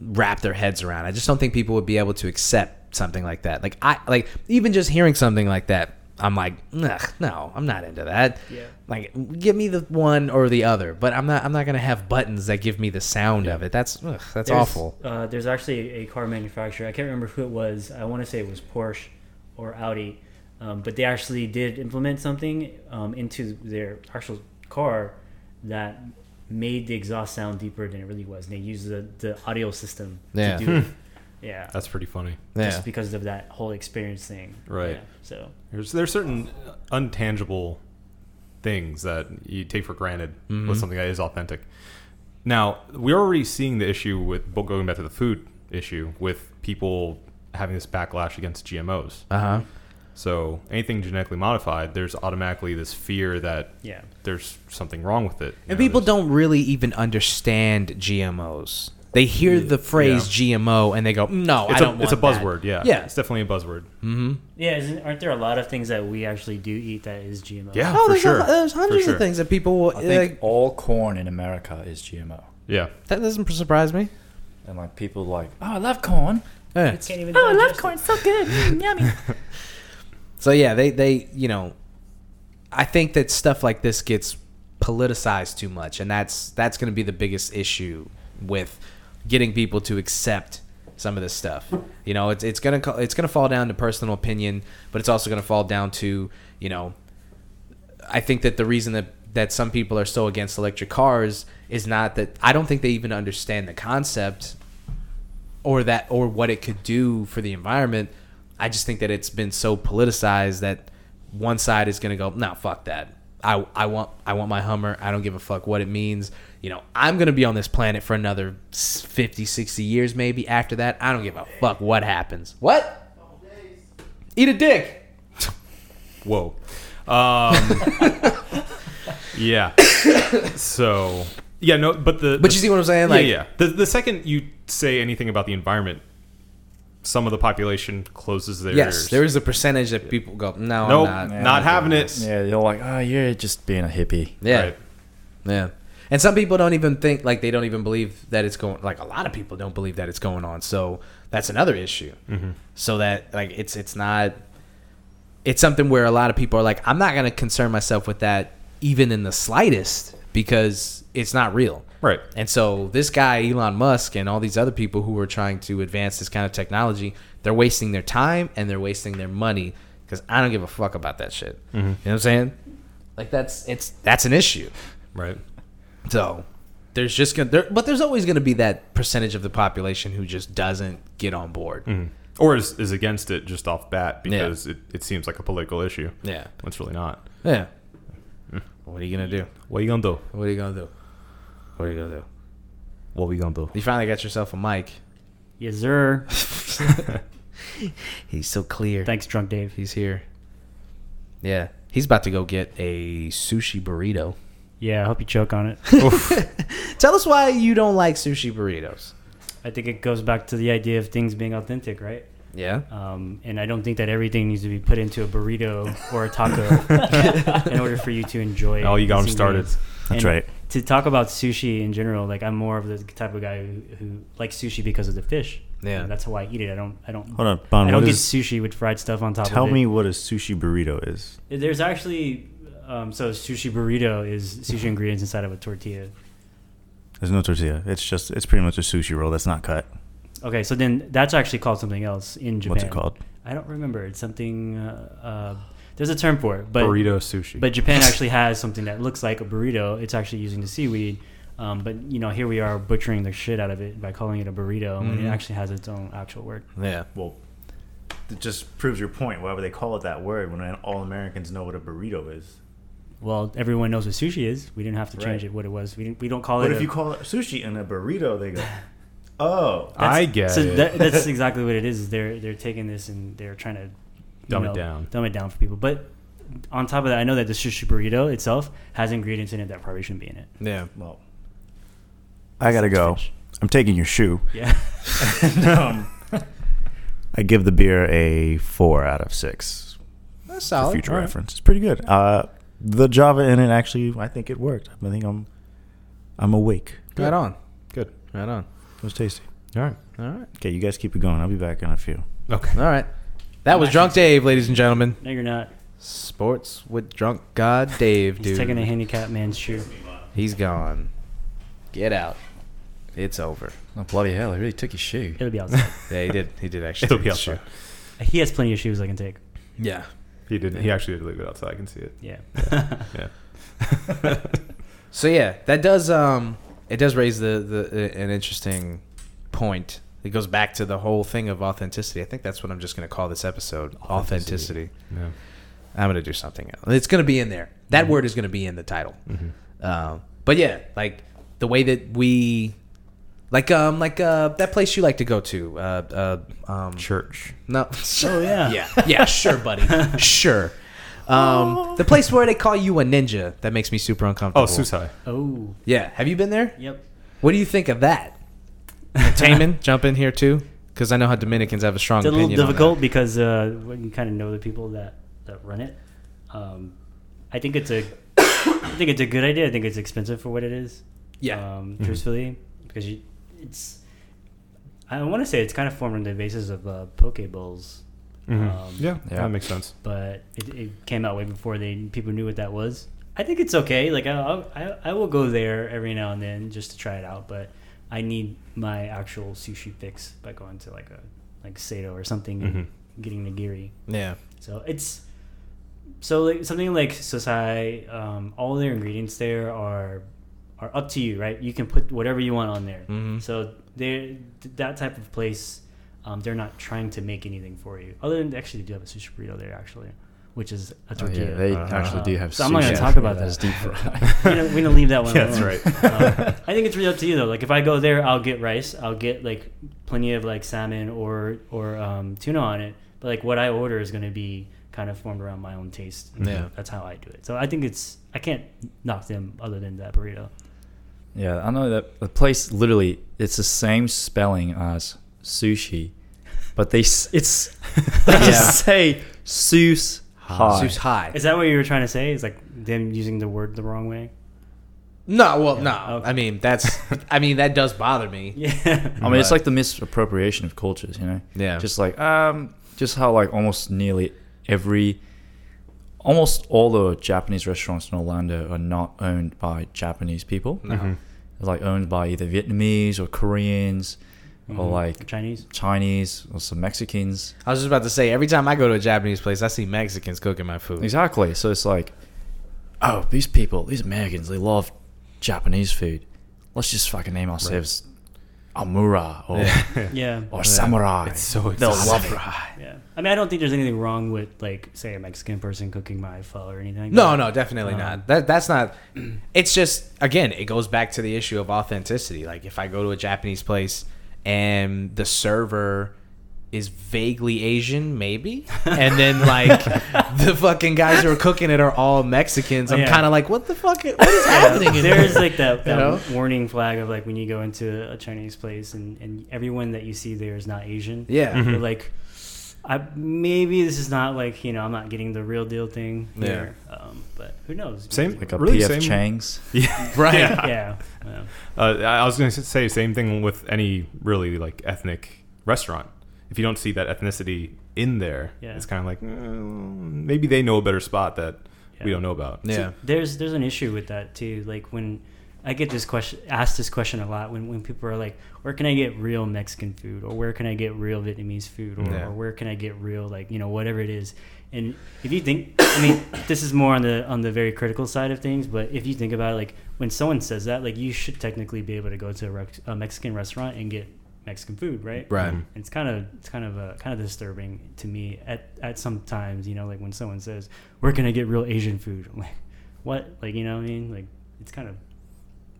S1: wrap their heads around. I just don't think people would be able to accept something like that. Like I like even just hearing something like that, I'm like, Ugh, no, I'm not into that.
S3: Yeah.
S1: Like give me the one or the other, but I'm not I'm not going to have buttons that give me the sound of it. That's ugh, that's
S3: There's,
S1: awful.
S3: Uh, there's actually a car manufacturer. I can't remember who it was. I want to say it was Porsche or Audi, um, but they actually did implement something um, into their actual car that made the exhaust sound deeper than it really was. And they used the, the audio system
S1: Yeah. Hmm.
S3: to do it. Yeah.
S4: That's pretty funny.
S1: Yeah.
S3: Just because of that whole experience thing.
S4: Right.
S3: Yeah, so
S4: There's there's certain untangible things that you take for granted
S1: Mm-hmm.
S4: with something that is authentic. Now we're already seeing the issue with but going back to the food issue with people having this backlash against GMOs.
S1: Uh-huh.
S4: So anything genetically modified, there's automatically this fear that
S3: yeah.
S4: there's something wrong with it. You
S1: And
S4: know,
S1: people
S4: there's-
S1: don't really even understand GMOs. They hear the phrase GMO and they go, "No, I
S4: It's
S1: don't
S4: a, it's a
S1: want that."
S4: buzzword, yeah.
S1: Yeah.
S4: it's definitely a buzzword.
S3: Yeah, isn't, aren't there a lot of things that we actually do eat that is GMO?
S4: Yeah,
S1: Oh,
S4: for
S1: there's, a
S4: sure.
S1: lot- there's
S4: For
S1: hundreds
S4: sure.
S1: of things that people will.
S2: I think
S1: like,
S2: all corn in America is GMO.
S4: Yeah,
S1: that doesn't surprise me.
S2: And like people like, oh, I love corn.
S1: Yeah.
S3: Can't even oh, I love corn.
S1: So yeah, they they you know, I think that stuff like this gets politicized too much, and that's that's going to be the biggest issue with getting people to accept some of this stuff. You know, it's it's gonna co- it's gonna fall down to personal opinion, but it's also gonna fall down to you know I think that the reason that that some people are so against electric cars is not that I don't think they even understand the concept or that or what it could do for the environment. I just think that it's been so politicized that one side is going to go, "No, fuck that. I I want I want my Hummer. I don't give a fuck what it means. You know, I'm going to be on this planet for another s- 50, 60 years maybe. After that, I don't give a fuck what happens." What? Eat a dick.
S4: Whoa. Um, yeah. So yeah, no, but the
S1: But you see what I'm saying? Like
S4: yeah, yeah. The, the second you say anything about the environment, some of the population closes their
S1: Yes,
S4: ears.
S1: there is a percentage that people go, no,
S4: nope,
S1: I'm
S4: not,
S1: not.
S2: Yeah, I'm
S4: having
S1: doing
S4: it.
S2: Yeah, you're like, oh, you're just being a hippie.
S1: Yeah,
S4: Right.
S1: yeah. And some people don't even think like they don't even believe that it's going. Like a lot of people don't believe that it's going on. So that's another issue. So that like it's it's not. It's something where a lot of people are like, I'm not gonna concern myself with that even in the slightest because it's not real.
S4: Right.
S1: And so this guy Elon Musk and all these other people who are trying to advance this kind of technology, they're wasting their time and they're wasting their money because I don't give a fuck about that shit. You know what I'm saying? Like that's it's that's an issue.
S4: Right.
S1: So there's just gonna there, but there's always gonna be that percentage of the population who just doesn't get on board.
S4: Mm. Or is, is against it just off bat because it, it seems like a political issue.
S1: Yeah,
S4: When It's really not.
S1: yeah. What are you gonna do?
S4: What you gonna do?
S1: What are you gonna do? What are you gonna do?
S4: What we gonna do?
S1: You finally got yourself a mic.
S3: Yes, sir.
S1: He's so clear.
S3: Thanks, Drunk Dave.
S1: He's here. Yeah. He's about to go get a sushi burrito.
S3: Yeah, I hope you choke on it.
S1: Tell us why you don't like sushi burritos.
S3: I think it goes back to the idea of things being authentic, right?
S1: Yeah.
S3: Um, and I don't think that everything needs to be put into a burrito or a taco in order for you to enjoy.
S4: Oh, you got
S3: its
S4: 'em started.
S3: ingredients. And
S6: That's right.
S3: To talk about sushi in general, like I'm more of the type of guy who, who likes sushi because of the fish.
S1: Yeah.
S3: And that's how I eat it. I don't. I don't.
S6: Hold on, Bon,
S3: I don't
S6: what
S3: get
S6: is-
S3: sushi with fried stuff on top.
S6: Tell
S3: of it.
S6: me what a sushi burrito is.
S3: There's actually. Um, so sushi burrito is sushi ingredients inside of a tortilla.
S6: There's no tortilla. It's just it's pretty much a sushi roll that's not cut.
S3: Okay, so then that's actually called something else in Japan.
S6: What's it called?
S3: I don't remember. It's something. Uh, uh, there's a term for it, but
S4: burrito sushi.
S3: But Japan actually has something that looks like a burrito. It's actually using the seaweed. Um, but you know, here we are butchering the shit out of it by calling it a burrito when
S4: Mm-hmm.
S3: it
S1: Mhm.
S3: actually has its own actual word.
S1: Yeah.
S6: Well, it just proves your point. Why would they call it that word when all Americans know what a burrito is?
S3: Well, everyone knows what sushi is. We didn't have to change
S6: Right.
S3: it what it was. We didn't, we don't call
S6: But
S3: it.
S6: if
S3: a-
S6: you call it sushi and a burrito, they go, oh.
S3: that's-
S4: I get
S3: so
S4: it.
S3: That, that's exactly what it is. is They're they're taking this and they're trying to you
S4: Dumb it down.
S3: dumb it down for people. But on top of that, I know that the sushi burrito itself has ingredients in it that probably shouldn't be in it.
S1: Yeah.
S6: Well, I gotta go. I'm taking your shoe.
S3: Yeah.
S6: um, I give the beer a four out of six
S1: That's
S6: for
S1: solid.
S6: future
S1: All right.
S6: reference. It's pretty good. Uh, the Java in it actually, I think it worked. I think I'm, I'm awake.
S1: Right on.
S4: Good.
S1: Right on.
S6: It was tasty.
S4: All right.
S1: All right.
S6: Okay, you guys keep it going. I'll be back in a few.
S4: Okay.
S1: All right. That was Drunk Dave, ladies and gentlemen.
S3: no, you're not.
S1: Sports with Drunk God Dave,
S3: He's
S1: dude.
S3: taking a handicap man's shoe.
S1: He's gone. Get out. It's over.
S2: Oh, bloody hell! I really took your shoe.
S3: It'll be outside.
S1: Yeah, he did. He did actually.
S4: It'll be
S1: take the
S4: outside.
S1: shoe.
S3: he has plenty of shoes I can take.
S1: Yeah.
S4: He did. He actually did leave it outside. I can see it.
S3: Yeah.
S4: Yeah.
S1: So yeah, that does um it does raise the the uh, an interesting point. It goes back to the whole thing of authenticity. I think that's what I'm just going to call this episode authenticity.
S4: Authenticity. Yeah.
S1: I'm going to do something else. It's going to be in there. That
S3: Mm-hmm.
S1: word is going to be in the title. Um, but yeah, like the way that we like um like uh that place you like to go to uh, uh um
S4: Church.
S1: no
S3: Oh yeah.
S1: yeah yeah sure buddy sure
S3: Oh.
S1: um the place where they call you a ninja that makes me super uncomfortable
S4: Oh, Susai.
S3: Oh.
S1: yeah have you been there
S3: Yep.
S1: what do you think of that? Taman, jump in here too, because I know how Dominicans have a strong
S3: It's a little
S1: opinion. on that.
S3: difficult because uh, when you kind of know the people that that run it, um, I think it's a I think it's a good idea. I think it's expensive for what it is.
S1: Yeah. Mm-hmm.
S3: Um, Truthfully, because you, it's I want to say it's kind of formed on the basis of uh, poke bowls. Um,
S4: Mm-hmm. yeah,
S2: yeah.
S4: That makes sense.
S3: but it, it came out way before they people knew what that was. I think it's okay. Like I, I'll- I, I will go there every now and then just to try it out, but I need my actual sushi fix by going to like a like Sato or something and getting nigiri.
S1: Yeah.
S3: So it's so like something like Sosai, um, all their ingredients there are are up to you, right? You can put whatever you want on there.
S1: Mhm.
S3: So they that type of place, um, they're not trying to make anything for you. Other than actually, they do have a sushi burrito there actually, which is
S2: Oh,
S3: a tortilla.
S2: yeah, they
S4: Uh,
S2: actually do have.
S3: so I'm not gonna
S2: sushi.
S3: talk about
S2: Yeah, it's
S3: that.
S2: deep fried.
S3: We're gonna- we're gonna leave that one
S4: Yeah, that's
S3: alone.
S4: right.
S3: Um, I think it's really up to you though. Like if I go there, I'll get rice. I'll get like plenty of like salmon or or um, tuna on it. But like what I order is going to be kind of formed around my own taste.
S1: Yeah.
S3: that's how I do it. So I think it's I can't knock them other than that burrito.
S2: Yeah, I know that the place literally it's the same spelling as sushi, but they s- it's they just say Seuss high.
S1: Zeus high.
S3: Is that what you were trying to say? Is like them using the word the wrong way?
S1: No, well, no.
S3: Okay.
S1: I mean, that's. I mean, that does bother me.
S3: Yeah.
S2: I mean, it's like the misappropriation of cultures, you know.
S1: Yeah.
S2: Just like um, just how like almost nearly every, almost all the Japanese restaurants in Orlando are not owned by Japanese people. They're like owned by either Vietnamese or Koreans, or
S3: Mm-hmm.
S2: like
S3: Chinese.
S2: Chinese or some Mexicans.
S1: I was just about to say, every time I go to a Japanese place, I see Mexicans cooking my food.
S2: Exactly. So it's like, oh, these people, these Americans, they love Japanese food. Let's just fucking name ourselves Amura or,
S3: Yeah.
S2: or Samurai.
S4: It's so
S2: They'll love
S4: exotic.
S2: it.
S3: Yeah. I mean, I don't think there's anything wrong with like say a Mexican person cooking my pho or anything. Like
S1: No,
S3: that.
S1: no, definitely
S3: Uh,
S1: not. That that's not. It's just again, it goes back to the issue of authenticity. Like if I go to a Japanese place and the server is vaguely Asian, maybe. And then like the fucking guys who are cooking it are all Mexicans. I'm
S3: Yeah.
S1: kind of like, what the fuck? i- What is happening? in
S3: There's
S1: here?
S3: like that,
S1: You
S3: that
S1: know?
S3: warning flag of like when you go into a Chinese place and, and everyone that you see there is not Asian.
S1: Yeah.
S3: You're like, I maybe this is not like you know I'm not getting the real deal thing.
S1: Yeah.
S3: Here. Um, but who knows?
S4: Same-
S2: Like a
S4: Really
S2: PF
S4: same-
S2: Chang's.
S4: Mm-hmm. Yeah,
S1: Right.
S3: Yeah. yeah.
S4: Uh, I I was going to say same thing with any really like ethnic restaurant. If you don't see that ethnicity in there,
S3: Yeah.
S4: it's kind of like mm, maybe they know a better spot that we
S3: Yeah.
S4: don't know about.
S1: Yeah.
S3: There's there's an issue with that too. Like when I get this question asked this question a lot when, when people are like, where can I get real Mexican food or where can I get real Vietnamese food or,
S4: Yeah.
S3: or where can I get real like you know whatever it is. And if you think, I mean, this is more on the on the very critical side of things. But if you think about it, like when someone says that, like you should technically be able to go to a, rex a Mexican restaurant and get Mexican food, right?
S1: Right.
S3: And it's kind of it's kind of uh, kind of disturbing to me at at some times you know like when someone says where can i get real asian food i'm like what like you know what i mean like it's kind of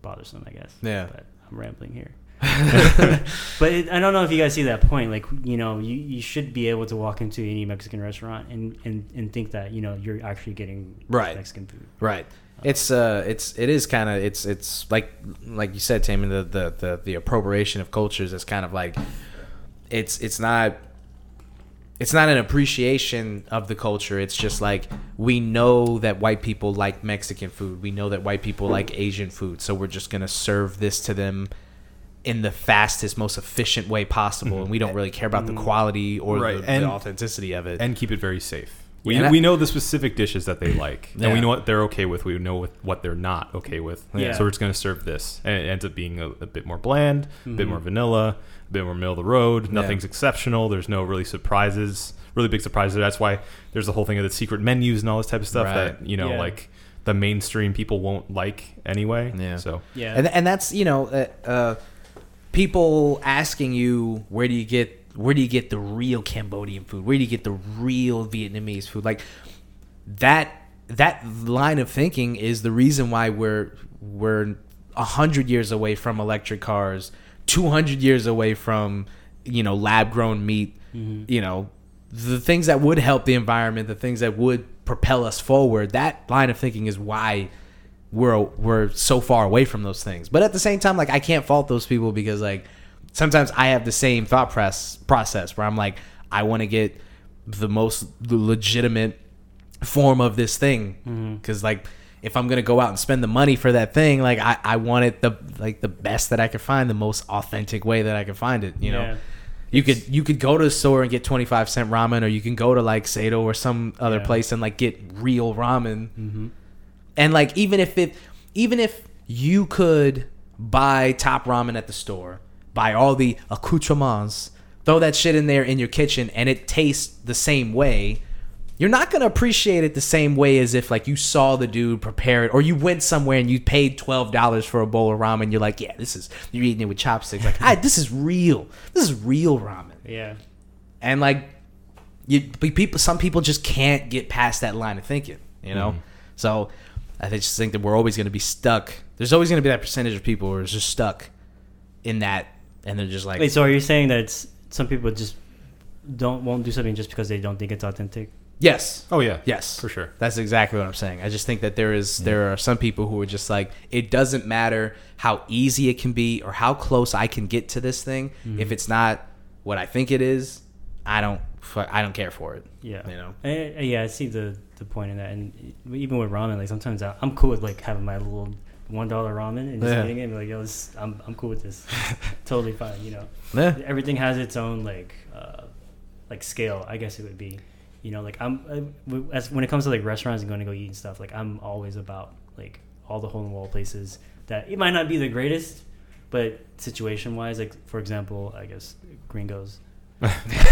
S3: bothersome i guess
S1: Yeah.
S3: but i'm rambling here but it, i don't know if you guys see that point like you know you, you should be able to walk into any mexican restaurant and, and and think that you know you're actually getting
S1: Right.
S3: mexican food
S1: Right. It's uh, it's it is kind of it's it's like like you said, Taman, the the the, the appropriation of cultures is kind of like it's it's not it's not an appreciation of the culture. It's just like we know that white people like Mexican food. We know that white people like Asian food. So we're just gonna serve this to them in the fastest, most efficient way possible, and we don't really care about the quality or
S4: Mm-hmm. Right,
S1: the,
S4: and-
S1: the authenticity of it.
S4: and keep it very safe. We,
S1: Yeah, and I-
S4: we know the specific dishes that they like, and
S1: Yeah.
S4: we know what they're okay with. We know what, what they're not okay with.
S3: Yeah.
S4: So we're just going to serve this, and it ends up being a, a bit more bland, a
S3: Mm-hmm.
S4: bit more vanilla, a bit more middle of the road. Nothing's exceptional. There's no really surprises, really big surprises. That's why there's the whole thing of the secret menus and all this type of stuff that
S1: Right.
S4: you know,
S3: Yeah.
S4: like the mainstream people won't like anyway.
S1: Yeah.
S4: So
S3: yeah
S1: and and that's you know uh, uh, people asking you where do you get where do you get the real Cambodian food? Where do you get the real Vietnamese food? Like that that line of thinking is the reason why we're we're a hundred years away from electric cars, two hundred years away from you know lab grown meat, you know the things that would help the environment, the things that would propel us forward. That line of thinking is why we're we're so far away from those things. But at the same time, like I can't fault those people because like sometimes I have the same thought press process where I'm like I want to get the most legitimate form of this
S3: Mm-hmm.
S1: thing because like if I'm gonna go out and spend the money for that thing, like I I want it the like the best that I could find, the most authentic way that I could find it. You
S3: Yeah.
S1: know. You could you could go to the store and get twenty five cent ramen, or you can go to like Sato or some other
S3: Yeah. Mm-hmm.
S1: place and like get real ramen and like even if it even if you could buy top ramen at the store buy all the accoutrements throw that shit in there in your kitchen and it tastes the same way you're not going to appreciate it the same way as if like you saw the dude prepare it or you went somewhere and you paid $12 for a bowl of ramen you're like yeah this is you're eating it with chopsticks like I, this is real this is real ramen
S3: yeah
S1: and like you but people some people just can't get past that line of thinking you
S3: Mm-hmm.
S1: know so i think- just think that we're always going to be stuck there's always going to be that percentage of people who are just stuck in that and they're just like
S3: wait so are you saying that it's some people just don't won't do something just because they don't think it's authentic
S1: yes
S4: oh yeah,
S1: yes
S4: for sure.
S1: that's exactly what i'm saying i just think that there is there are some people who are just like it doesn't matter how easy it can be or how close i can get to this thing
S3: Mm-hmm.
S1: if it's not what i think it is i don't fu- i don't care for it
S3: Yeah,
S1: you know
S3: I, I- yeah, I see the the point in that, and even with ramen, like sometimes I, I'm cool with like having my little one dollar ramen and just
S1: Yeah.
S3: eating it, and be like, yo, this, I'm I'm cool with this, totally fine, you know.
S1: yeah
S3: Everything has its own like uh, like scale, I guess it would be, you know, like I'm I- w- as when it comes to like restaurants and going to go eat and stuff, like I'm always about like all the hole in the wall places that it might not be the greatest, but situation wise, like for example, I guess Gringos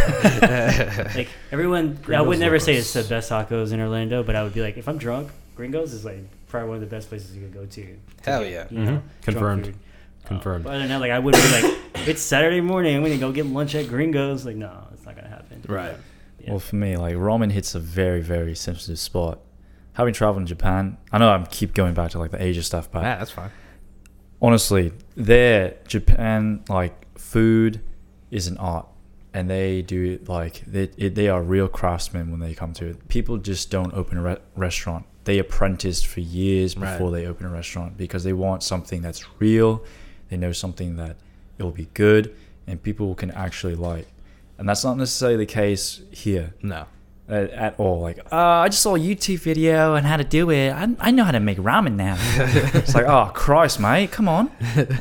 S3: like everyone, I would
S4: Gringo's
S3: never say it's
S4: Locos.
S3: the best tacos in Orlando, but I would be like, if I'm drunk, Gringo's is like probably one of the best places you could go to.
S1: hell yeah
S3: you know, drunk
S4: Mm-hmm. Confirmed.
S3: food.
S4: Confirmed.
S3: Uh, but I don't know, like I would be like, it's Saturday morning, I'm gonna go get lunch at Gringo's. Like, no, it's not gonna happen.
S1: right
S2: Well, for me, like ramen hits a very, very sensitive spot. Having traveled in Japan, I know I'm keep going back to like the Asia stuff, but
S1: yeah that's fine
S2: honestly, there, Japan, like food is an art. and they do like they it, they are real craftsmen when they come to it. People just don't open a re- restaurant. They apprenticed for years
S1: Right.
S2: before they open a restaurant because they want something that's real. They know something that it will be good and people can actually like. And that's not necessarily the case here
S1: No.
S2: uh, at all. Like, uh, I just saw a YouTube video and how to do it. I, I know how to make ramen now. it's like, oh Christ, mate, come on!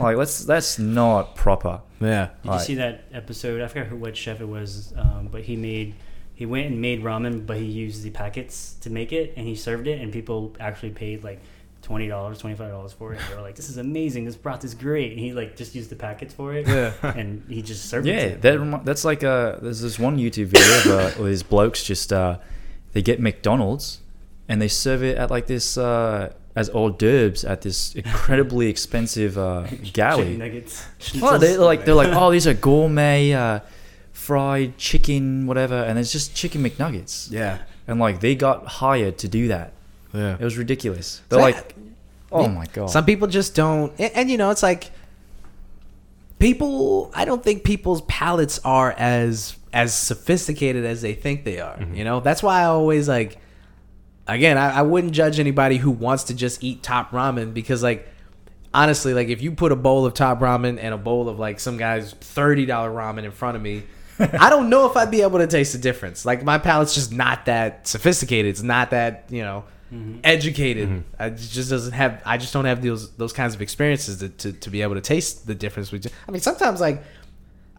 S2: Like, let's that's not proper.
S1: Yeah.
S3: Did
S2: Right.
S3: you see that episode? I forgot who, what chef it was, um, but he made he went and made ramen, but he used the packets to make it, and he served it, and people actually paid like twenty dollars, twenty five dollars for it. They were like, "This is amazing! This broth is great!" And he like just used the packets for it,
S1: Yeah.
S3: and he just served it.
S2: Yeah,
S3: to
S2: that
S3: them.
S2: remi- that's like uh, there's this one YouTube video of uh, these blokes just uh, they get McDonald's and they serve it at like this uh, as hors d'oeuvres at this incredibly expensive uh,
S3: Chicken
S2: galley.
S3: nuggets.
S2: Oh, they like they're like oh these are gourmet uh, fried chicken whatever, and it's just chicken McNuggets.
S1: Yeah.
S2: and like they got hired to do that.
S1: Yeah.
S2: It was ridiculous. They're
S1: So-
S2: like, oh my god.
S1: Some people just don't, and, and, you know, it's like people. I don't think people's palates are as as sophisticated as they think they are. You know, that's why I always like. Again, I, I wouldn't judge anybody who wants to just eat top ramen because, like, honestly, like if you put a bowl of top ramen and a bowl of like some guy's thirty dollar ramen in front of me. I don't know if I'd be able to taste the difference. Like my palate's just not that sophisticated. It's not that you know educated.
S4: Mm-hmm.
S1: I just doesn't have. I just don't have those those kinds of experiences to, to, to be able to taste the difference. Between, I mean, sometimes like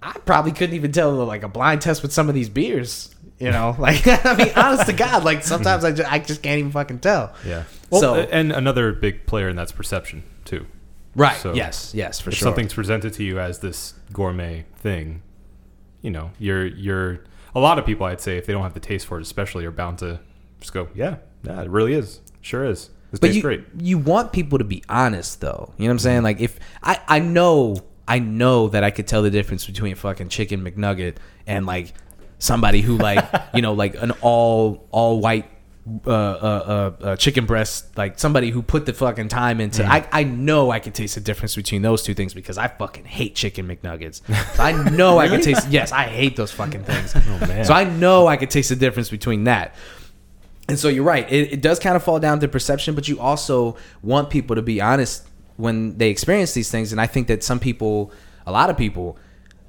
S1: I probably couldn't even tell like a blind test with some of these beers. You know, like I mean, honest to God, like sometimes I just, I just can't even fucking tell.
S4: Yeah.
S1: Well,
S4: Well, so,
S1: uh,
S4: and another big player in that's perception too.
S1: Right.
S4: So-
S1: yes. Yes. For
S4: if
S1: sure.
S4: something's presented to you as this gourmet thing, you know, you're you're a lot of people I'd say if they don't have the taste for it, especially, are bound to just go, yeah, yeah, it really is, sure is. This
S1: but
S4: tastes
S1: you
S4: great.
S1: you want people to be honest though. You know what I'm saying? Like if I I know I know that I could tell the difference between fucking chicken McNugget and like somebody who like you know like an all all white uh, uh, uh, uh, chicken breast like somebody who put the fucking time
S4: Mm.
S1: into I, I know I can taste the difference between those two things because I fucking hate chicken McNuggets so I know I can taste yes I hate those fucking things
S4: Oh,
S1: so I know I can taste the difference between that and so you're right. It, it does kind of fall down to perception, but you also want people to be honest when they experience these things. And I think that some people, a lot of people,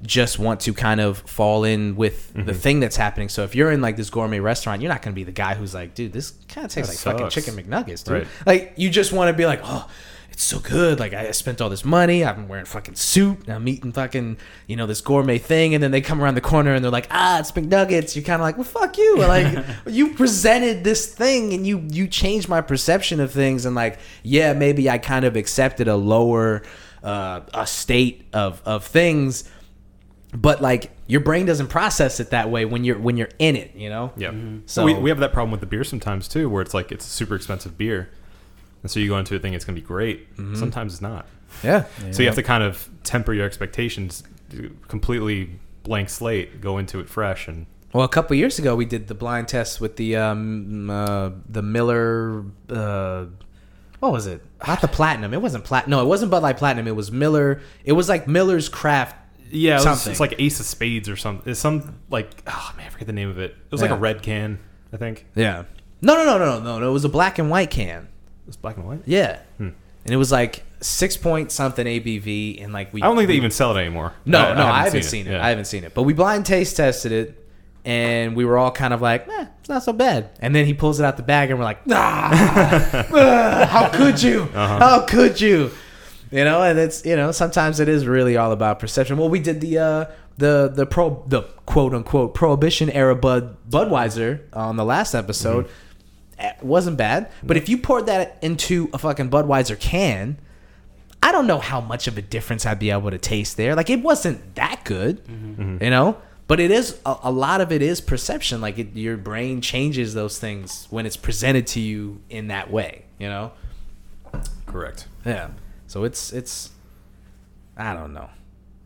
S1: just want to kind of fall in with the thing that's happening. So if you're in like this gourmet restaurant, you're not going to be the guy who's like, dude, this kind of tastes like fucking
S4: sucks."
S1: chicken McNuggets, dude.
S4: Right.
S1: Like you just want to be like, oh, it's so good. Like I spent all this money. I've been wearing fucking suit. and I'm eating fucking you know this gourmet thing, and then they come around the corner and they're like, ah, it's McNuggets. You're kind of like, well, fuck you. Like you presented this thing and you you changed my perception of things, and like yeah, maybe I kind of accepted a lower uh, a state of of things but like your brain doesn't process it that way when you're when you're in it you know
S4: Yeah.
S1: So-
S4: So we, we have that problem with the beer sometimes too, where it's like it's a super expensive beer, and so you go into a thing it's gonna be great. Sometimes it's not.
S1: Mm-hmm. yeah
S4: So you have to kind of temper your expectations, do- completely blank slate, go into it fresh, and
S1: well a couple years ago we did the blind test with the um uh, the miller uh what was it not the platinum it wasn't plat no it wasn't bud light platinum it was miller it was like miller's craft
S4: yeah, it was-
S1: Something.
S4: it's like Ace of Spades or something. It's some like oh man, I forget the name of it. It was like
S1: Yeah.
S4: a red can, I think.
S1: yeah no no no no no no it was a black and white can
S4: It was black and white.
S1: yeah
S4: Hmm.
S1: and it was like six point something abv and like we
S4: I don't think they
S1: we-
S4: even sell it anymore.
S1: No, no, I haven't seen, it.
S4: Yeah.
S1: I haven't seen it. But we blind taste tested it, and we were all kind of like, eh, it's not so bad. And then he pulls it out the bag, and we're like, ah, ah, how could you? How could you? You know, and it's you know sometimes it is really all about perception. Well, we did the uh, the the pro the quote unquote prohibition era Bud Budweiser on the last episode. It wasn't bad, but if you poured that into a fucking Budweiser can, I don't know how much of a difference I'd be able to taste there. Like it wasn't that good, you know. But it is a, a lot of it is perception. Like it, your brain changes those things when it's presented to you in that way, you know.
S4: Correct.
S1: Yeah. So it's it's, I don't know,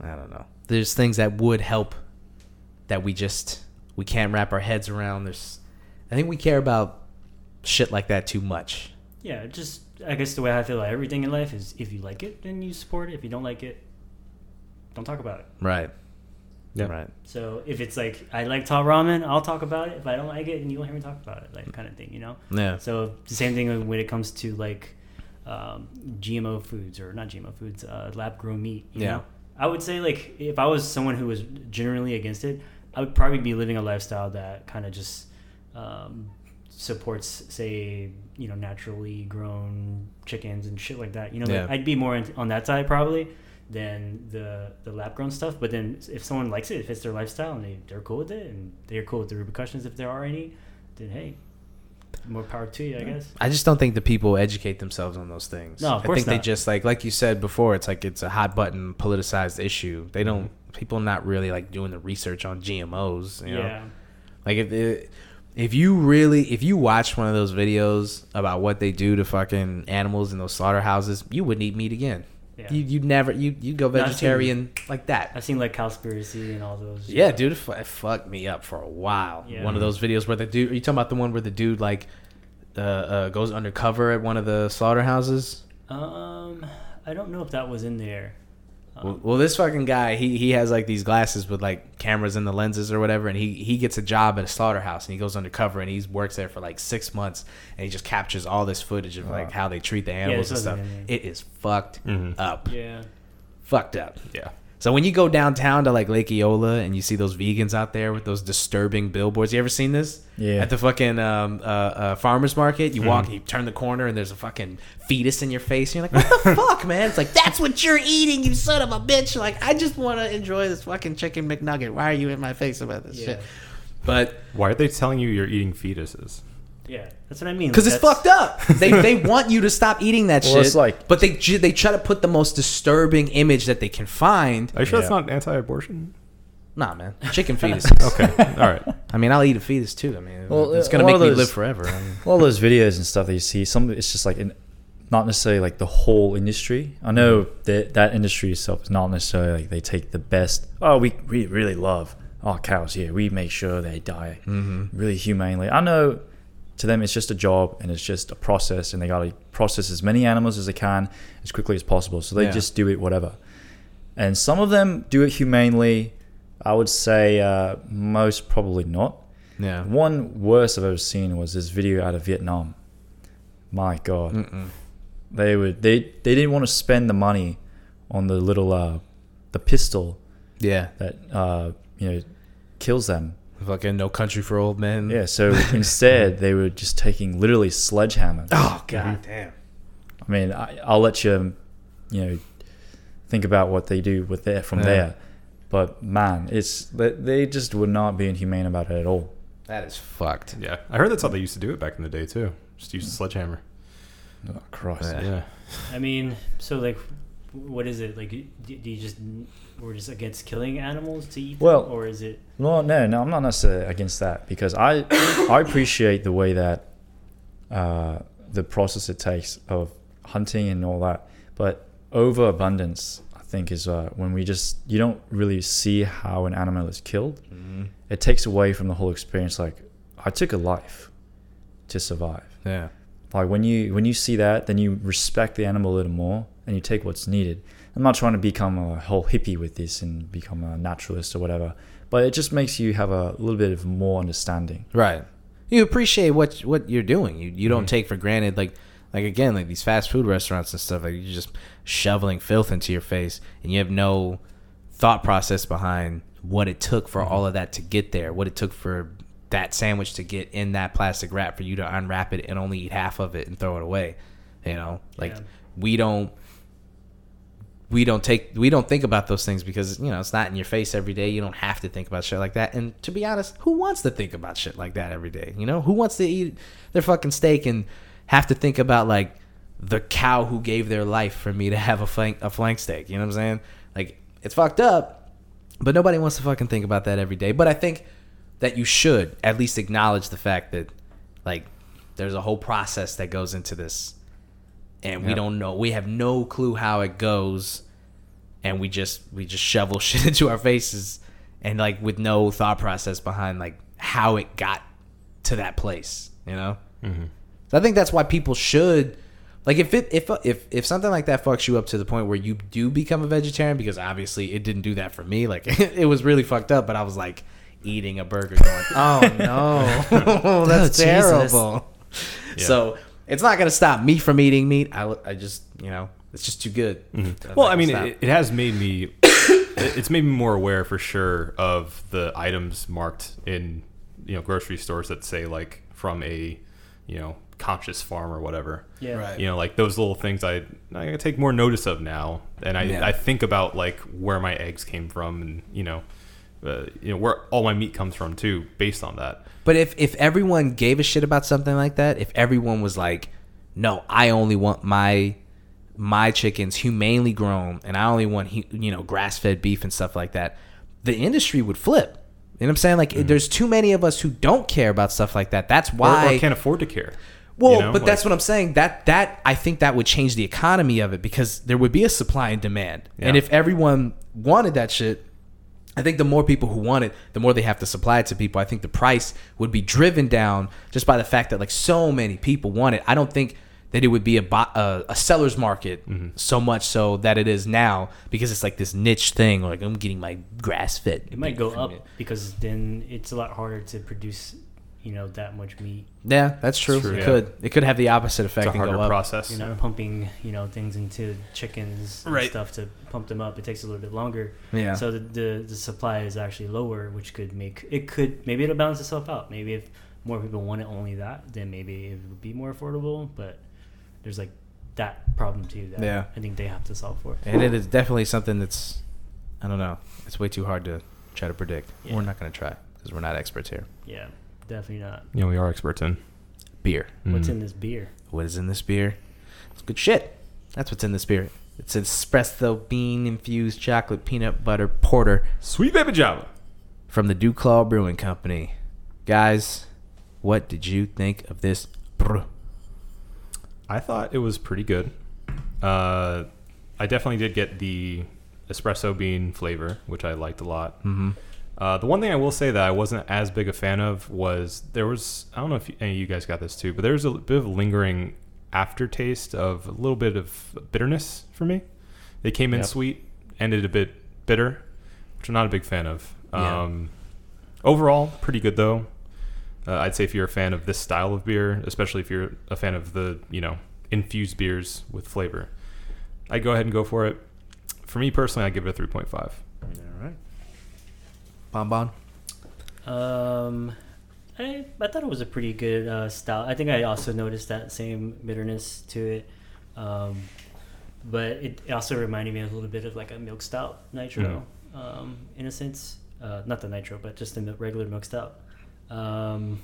S1: I don't know. There's things that would help, that we just we can't wrap our heads around. There's, I think we care about shit like that too much.
S3: yeah, just I guess the way I feel about everything in life is if you like it, then you support it. If you don't like it, don't talk about it.
S1: Right.
S4: Yeah.
S6: Right.
S3: So if it's like I like top ramen, I'll talk about it. If I don't like it, then you won't hear me talk about it, like kind of thing, you know.
S1: Yeah.
S3: So the same thing when it comes to like um, GMO foods or not GMO foods, uh, lab grown meat. You
S1: Yeah.
S3: Know? I would say like if I was someone who was generally against it, I would probably be living a lifestyle that kind of just um, supports, say, you know, naturally grown chickens and shit like that. You know,
S1: Yeah.
S3: like, I'd be more in, on that side probably than the the lab grown stuff. But then if someone likes it, if it's their lifestyle and they, they're cool with it and they're cool with the repercussions if there are any, then hey, more power to you, I guess.
S1: I just don't think the people educate themselves on those things.
S3: No, of
S1: I
S3: course
S1: think they
S3: not.
S1: just like like you said before, it's like it's a hot button politicized issue. They don't people not really like doing the research on GMOs, you know.
S3: Yeah.
S1: Like if it, if you really if you watch one of those videos about what they do to fucking animals in those slaughterhouses, you wouldn't eat meat again.
S3: Yeah.
S1: You you never you you go
S3: No, I've seen-
S1: vegetarian like that.
S3: I've seen like Cowspiracy and all those.
S1: Yeah, dude, it, fu- it fucked me up for a while.
S3: Yeah.
S1: One of those videos where the dude, are you talking about the one where the dude like uh, uh, goes undercover at one of the slaughterhouses?
S3: Um, I don't know if that was in there.
S1: Well, well, this fucking guy, he he has like these glasses with like cameras in the lenses or whatever, and he he gets a job at a slaughterhouse and he goes undercover and he works there for like six months and he just captures all this footage of like how they treat the animals and
S3: this
S1: stuff.
S3: wasn't in
S1: It is fucked up,
S3: Yeah.
S1: fucked up.
S4: Yeah.
S1: So when you go downtown to like Lake Eola and you see those vegans out there with those disturbing billboards, you ever seen this?
S2: Yeah. Mm.
S1: At the fucking um, uh, uh, farmers market, you walk, you turn the corner, and there's a fucking fetus in your face. And you're like, what the fuck, man? It's like that's what you're eating, you son of a bitch. Like I just want to enjoy this fucking chicken McNugget. Why are you in my face about this
S3: Yeah.
S1: shit? But
S4: Why are they telling you you're eating fetuses?
S3: Yeah. That's what I mean.
S1: because it's fucked up. They they want you to stop eating that
S2: Well,
S1: shit.
S2: it's like-
S1: but they ju- they try to put the most disturbing image that they can find.
S4: Are you sure that's
S2: Yeah.
S4: not anti-abortion?
S1: Nah, man, chicken fetus.
S4: Okay. All right.
S1: I mean, I'll eat a fetus too. I mean,
S2: Well,
S1: it's
S2: uh,
S1: gonna
S2: one
S1: make
S2: of
S1: me
S2: those-
S1: live forever. I mean,
S2: all those videos and stuff that you see some it's just like in, not necessarily like the whole industry i know that that industry itself is not necessarily like they take the best oh we, we really love our cows here we make sure they die really humanely i know to them it's just a job and it's just a process and they got to process as many animals as they can as quickly as possible so they
S1: Yeah.
S2: just do it whatever and some of them do it humanely i would say uh, most probably not
S1: yeah.
S2: one worse I've ever seen was this video out of Vietnam. My God,
S1: Mm.
S2: they would they they didn't want to spend the money on the little uh, the pistol
S1: Yeah.
S2: that uh, you know kills them.
S1: Fucking no country for old men.
S2: Yeah, so instead they were just taking literally sledgehammers.
S1: Oh god damn.
S2: I mean, I, I'll let you you know think about what they do with there from
S1: Yeah.
S2: there, but man, it's they, they just were not being humane about it at all.
S1: That is fucked.
S4: Yeah. I heard that's how they used to do it back in the day too. Just use a sledgehammer.
S2: Oh, Christ.
S1: Yeah.
S4: Yeah.
S3: I mean, so like, what is it? Like, do, do you just we're just against killing animals to eat them,
S2: Well-
S3: or is it?
S2: Well, no, no, I'm not necessarily against that because I I appreciate the way that uh, the process it takes of hunting and all that, but overabundance I think is uh, when we just you don't really see how an animal is killed. It takes away from the whole experience. Like I took a life to survive.
S1: Yeah.
S2: Like when you when you see that, then you respect the animal a little more and you take what's needed. I'm not trying to become a whole hippie with this and become a naturalist or whatever, but it just makes you have a little bit of more understanding.
S1: Right. You appreciate what what you're doing. You you don't take for granted like like again like these fast food restaurants and stuff like you're just shoveling filth into your face and you have no thought process behind what it took for all of that to get there. What it took for that sandwich to get in that plastic wrap for you to unwrap it and only eat half of it and throw it away. You know, like
S3: Yeah.
S1: we don't we don't take we don't think about those things because you know it's not in your face every day you don't have to think about shit like that and to be honest who wants to think about shit like that every day you know who wants to eat their fucking steak and have to think about like the cow who gave their life for me to have a flank a flank steak you know what i'm saying like it's fucked up but nobody wants to fucking think about that every day but i think that you should at least acknowledge the fact that like there's a whole process that goes into this and we
S2: Yep.
S1: don't know we have no clue how it goes and we just we just shovel shit into our faces and like with no thought process behind like how it
S3: Mm-hmm.
S1: got to that place you know so i think that's why people should Like if it if if if something like that fucks you up to the point where you do become a vegetarian, because obviously it didn't do that for me. Like it was really fucked up, but I was like eating a burger, going, "Oh no, that's
S3: Oh, Jesus.
S1: terrible."
S4: Yeah.
S1: So it's not gonna stop me from eating meat. I I just you know it's just too good. I'm
S4: Mm-hmm. Well,
S1: not
S4: I mean,
S1: gonna
S4: it, it has made me. it- it's made me more aware for sure of the items marked in you know grocery stores that say like from a you know conscious farm or whatever.
S3: Yeah.
S1: Right.
S4: You know, like those little things I I take more notice of now, and I,
S1: Yeah.
S4: I think about like where my eggs came from, and you know, uh, you know where all my meat comes from too, based on that.
S1: But if if everyone gave a shit about something like that, if everyone was like, "No, I only want my my chickens humanely grown, and I only want hu- you know grass fed beef and stuff like that," the industry would flip. You know what I'm saying? Like, there's too many of us who don't care about stuff like that. That's
S4: Mm-hmm. Or,
S1: why.
S4: or can't afford to care.
S1: well,
S4: you know,
S1: but
S4: like-
S1: that's what I'm saying. That that I think that would change the economy of it because there would be a supply and demand, and
S4: Yeah.
S1: if everyone wanted that shit, I think the more people who want it, the more they have to supply it to people. I think the price would be driven down just by the fact that like so many people want it. I don't think that it would be a bu- a, a seller's market
S4: Mm-hmm.
S1: so much so that it is now because it's like this niche thing. Like I'm getting my grass fed.
S3: It might go up because then it's a lot harder to produce, you know, that much meat.
S1: Yeah, that's true.
S4: true,
S1: it
S4: yeah.
S1: could it could have the opposite
S4: It's
S1: effect
S4: a
S1: and
S4: harder
S1: go up.
S4: process.
S3: You're not pumping, you know, things into chickens and
S4: Right.
S3: stuff to pump them up. It takes a little bit longer.
S1: Yeah.
S3: So the, the the supply is actually lower, which could make it could maybe it'll balance itself out. Maybe if more people wanted only that, then maybe it would be more affordable. But there's like that problem too that
S1: Yeah.
S3: I think they have to solve for.
S1: And it is definitely something that's, I don't know, it's way too hard to try to predict.
S3: Yeah.
S1: We're not going to try because we're not experts here.
S3: Yeah, definitely not.
S4: You know, we are experts in.
S1: Beer.
S3: What's
S4: Mm.
S3: in this beer?
S1: What is in this beer? It's good shit. That's what's in this beer. It's espresso bean infused chocolate peanut butter porter
S4: Sweet baby Java.
S1: from the Dewclaw Brewing Company. Guys, what did you think of this? brew?
S4: I thought it was pretty good. Uh, I definitely did get the espresso bean flavor, which I liked a lot.
S1: Hmm.
S4: Mm-hmm. Uh, the one thing I will say that I wasn't as big a fan of was there was I don't know if you, any of you guys got this too, but there was a bit of lingering aftertaste of a little bit of bitterness for me. It came in
S2: Yep.
S4: sweet, ended a bit bitter, which I'm not a big fan of.
S1: Yeah.
S4: Um, overall, pretty good though. Uh, I'd say if you're a fan of this style of beer, especially if you're a fan of the you know infused beers with flavor, I'd go ahead and go for it. For me personally, I give it a 3.5.
S6: All right.
S1: Bonbon.
S3: Um, I I thought it was a pretty good uh, style. I think I also noticed that same bitterness to it, um, but it it also reminded me a little bit of like a milk stout nitro, um, in a sense. Uh, not the nitro, but just the mil- regular milk stout. Um,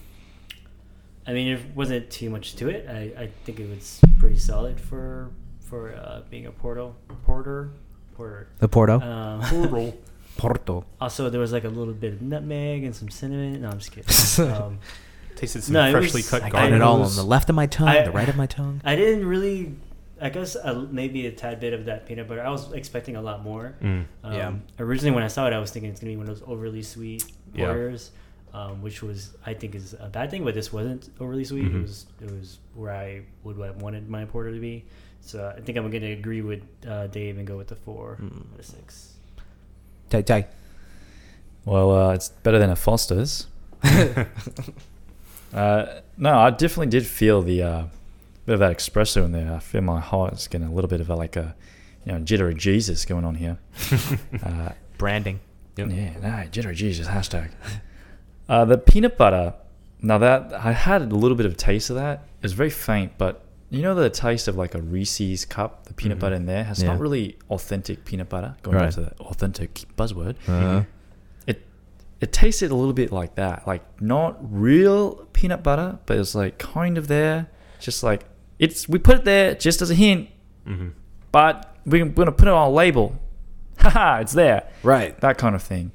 S3: I mean, it wasn't too much to it. I, I think it was pretty solid for for uh, being a porto porter porter.
S1: The Porto.
S3: Um,
S1: Porto.
S3: Also, there was like a little bit of nutmeg and some cinnamon. No, I'm just kidding. Um,
S4: Tasted some
S3: No, it
S4: freshly
S3: was-
S4: cut
S1: I
S3: I
S1: got
S4: garlic.
S1: it all
S3: was-
S1: on the left of my tongue,
S3: I-
S1: the right of my tongue.
S3: I didn't really. I guess a, maybe a tad bit of that peanut butter. I was expecting a lot more.
S4: Mm.
S3: Um,
S1: Yeah.
S3: Originally, when I saw it, I was thinking it's gonna be one of those overly sweet
S4: Yeah.
S3: waters, um, which was I think is a bad thing. But this wasn't overly sweet. It
S4: Mhm.
S3: was it was where I would have wanted my porter to be. So I think I'm gonna agree with uh, Dave and go with the four
S1: Mm.
S3: out of six.
S1: Tay, Tay.
S2: Well, uh, it's better than a Foster's. Uh, no, I definitely did feel the uh, bit of that espresso in there. I feel my heart is getting a little bit of a, like a you know jittery Jesus going on here. uh,
S1: Branding.
S4: Yep.
S2: Yeah, no, jittery Jesus hashtag. uh, the peanut butter. Now that I had a little bit of taste of that, it was very faint, but you know the taste of like a Reese's cup, the peanut
S4: Mhm.
S2: butter in there. It's
S1: Yeah.
S2: not really authentic peanut butter. Going back
S1: Right.
S2: to the authentic buzzword,
S1: Uh-huh.
S2: it it tasted a little bit like that, like not real peanut butter, but it's like kind of there. Just like it's, we put it there just as a hint,
S4: hmm
S2: but we're gonna put it on a label. Haha, it's there
S1: Right.
S2: that kind of thing.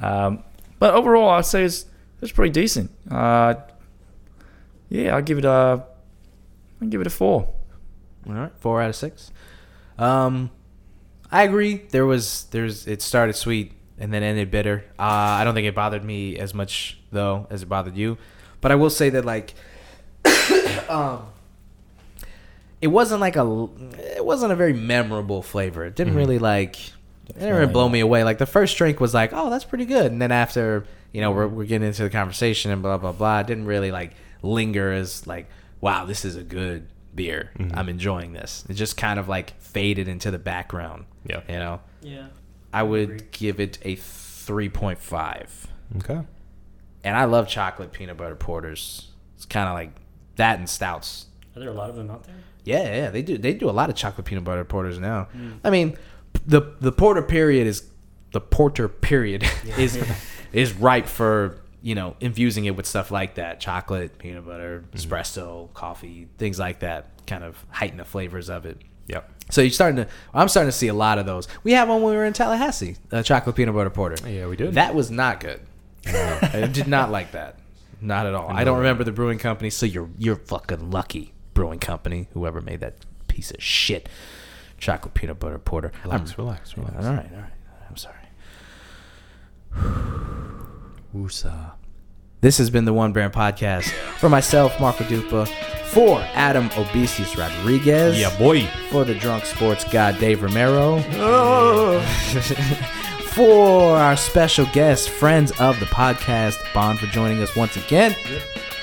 S2: Um, but overall, I'd say it's it's pretty decent. Uh, yeah, I'll give it a I'll give it a four.
S1: All right, four out of six. Um, I agree. There was there's it started sweet and then ended bitter. Uh, I don't think it bothered me as much though as it bothered you, but I will say that like, um, it wasn't like a it wasn't a very memorable flavor. It didn't really like it didn't really blow me away. Like the first drink was like, oh, that's pretty good, and then after you know we're we're getting into the conversation and blah blah blah, it didn't really like linger as like wow, this is a good beer. I'm enjoying this. It just kind of like faded into the background.
S4: Yeah.
S1: you know,
S3: Yeah.
S1: I would give it a three point five
S4: Okay.
S1: and I love chocolate peanut butter porters. It's kind of like that and stouts.
S3: Are there a lot of them out there?
S1: Yeah, yeah, they do. They do a lot of chocolate peanut butter porters now. I mean, p- the the porter period is the porter period is is ripe for you know infusing it with stuff like that: chocolate, peanut butter,
S4: Mm-hmm.
S1: espresso, coffee, things like that. Kind of heighten the flavors of it.
S4: Yep.
S1: So you're starting to. I'm starting to see a lot of those. We had one when we were in Tallahassee, a chocolate peanut butter porter.
S4: Yeah, we did.
S1: That was not good. I did not like that. Not at all. I don't remember the brewing company, so you're you're fucking lucky, brewing company, whoever made that piece of shit chocolate peanut butter porter.
S4: Relax,
S1: I'm,
S4: relax, relax.
S1: All right, all right. I'm sorry.
S2: Woosa.
S1: This has been the One Brand Podcast. For myself, Marco Dupa. For Adam Obesius Rodriguez.
S4: Yeah, boy.
S1: For the drunk sports god Dave Romero. for our special guest, friends of the podcast, Bond for joining us once again.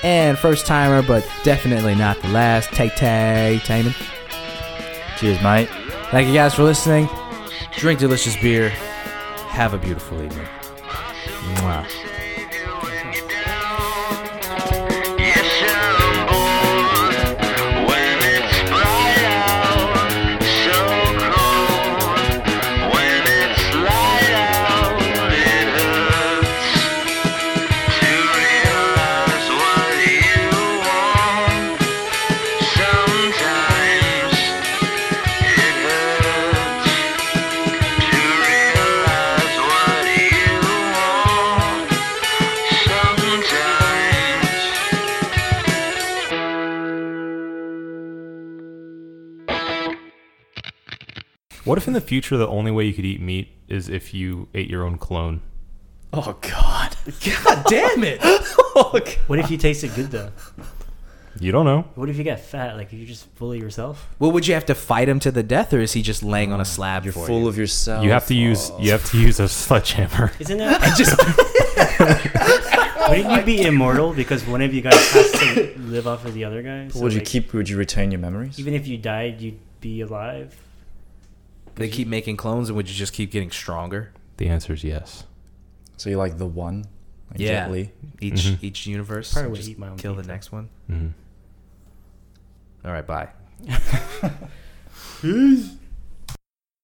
S1: And first timer, but definitely not the last, Tay Tay Taman.
S2: Cheers, mate.
S1: Thank you guys for listening. Drink delicious beer. Have a beautiful evening. Mwah.
S5: Yes, I'm bored when it's bright out, so cold. When it's light out, it hurts to realize what you want. Sometimes it hurts to realize what you want. Sometimes.
S4: What if in the future the only way you could eat meat is if you ate your own clone?
S2: Oh God.
S1: God damn it!
S3: What if you tasted good though?
S4: You don't know.
S3: What if you got fat? Like you just bully yourself?
S1: well, would you have to fight him to the death, or is he just laying on a slab for you?
S2: of yourself.
S1: Oh,
S4: You have to use you have to use a sledgehammer.
S3: Isn't that? I just. Wouldn't you be immortal because one of you guys has to live off of the other guy? So,
S2: Oh. Would you
S3: like,
S2: keep? Would you retain your memories?
S3: Even if you died, you'd be alive.
S1: They keep making clones, and would you just keep getting stronger?
S4: The answer is yes.
S2: So you're like the one. Like
S1: Yeah.
S2: Jet Li?
S1: Each
S4: Mhm.
S1: each universe,
S3: Probably
S1: and
S3: would
S1: just
S3: eat my own
S1: kill the
S3: pizza.
S1: next one.
S4: Mm-hmm.
S1: All right, bye.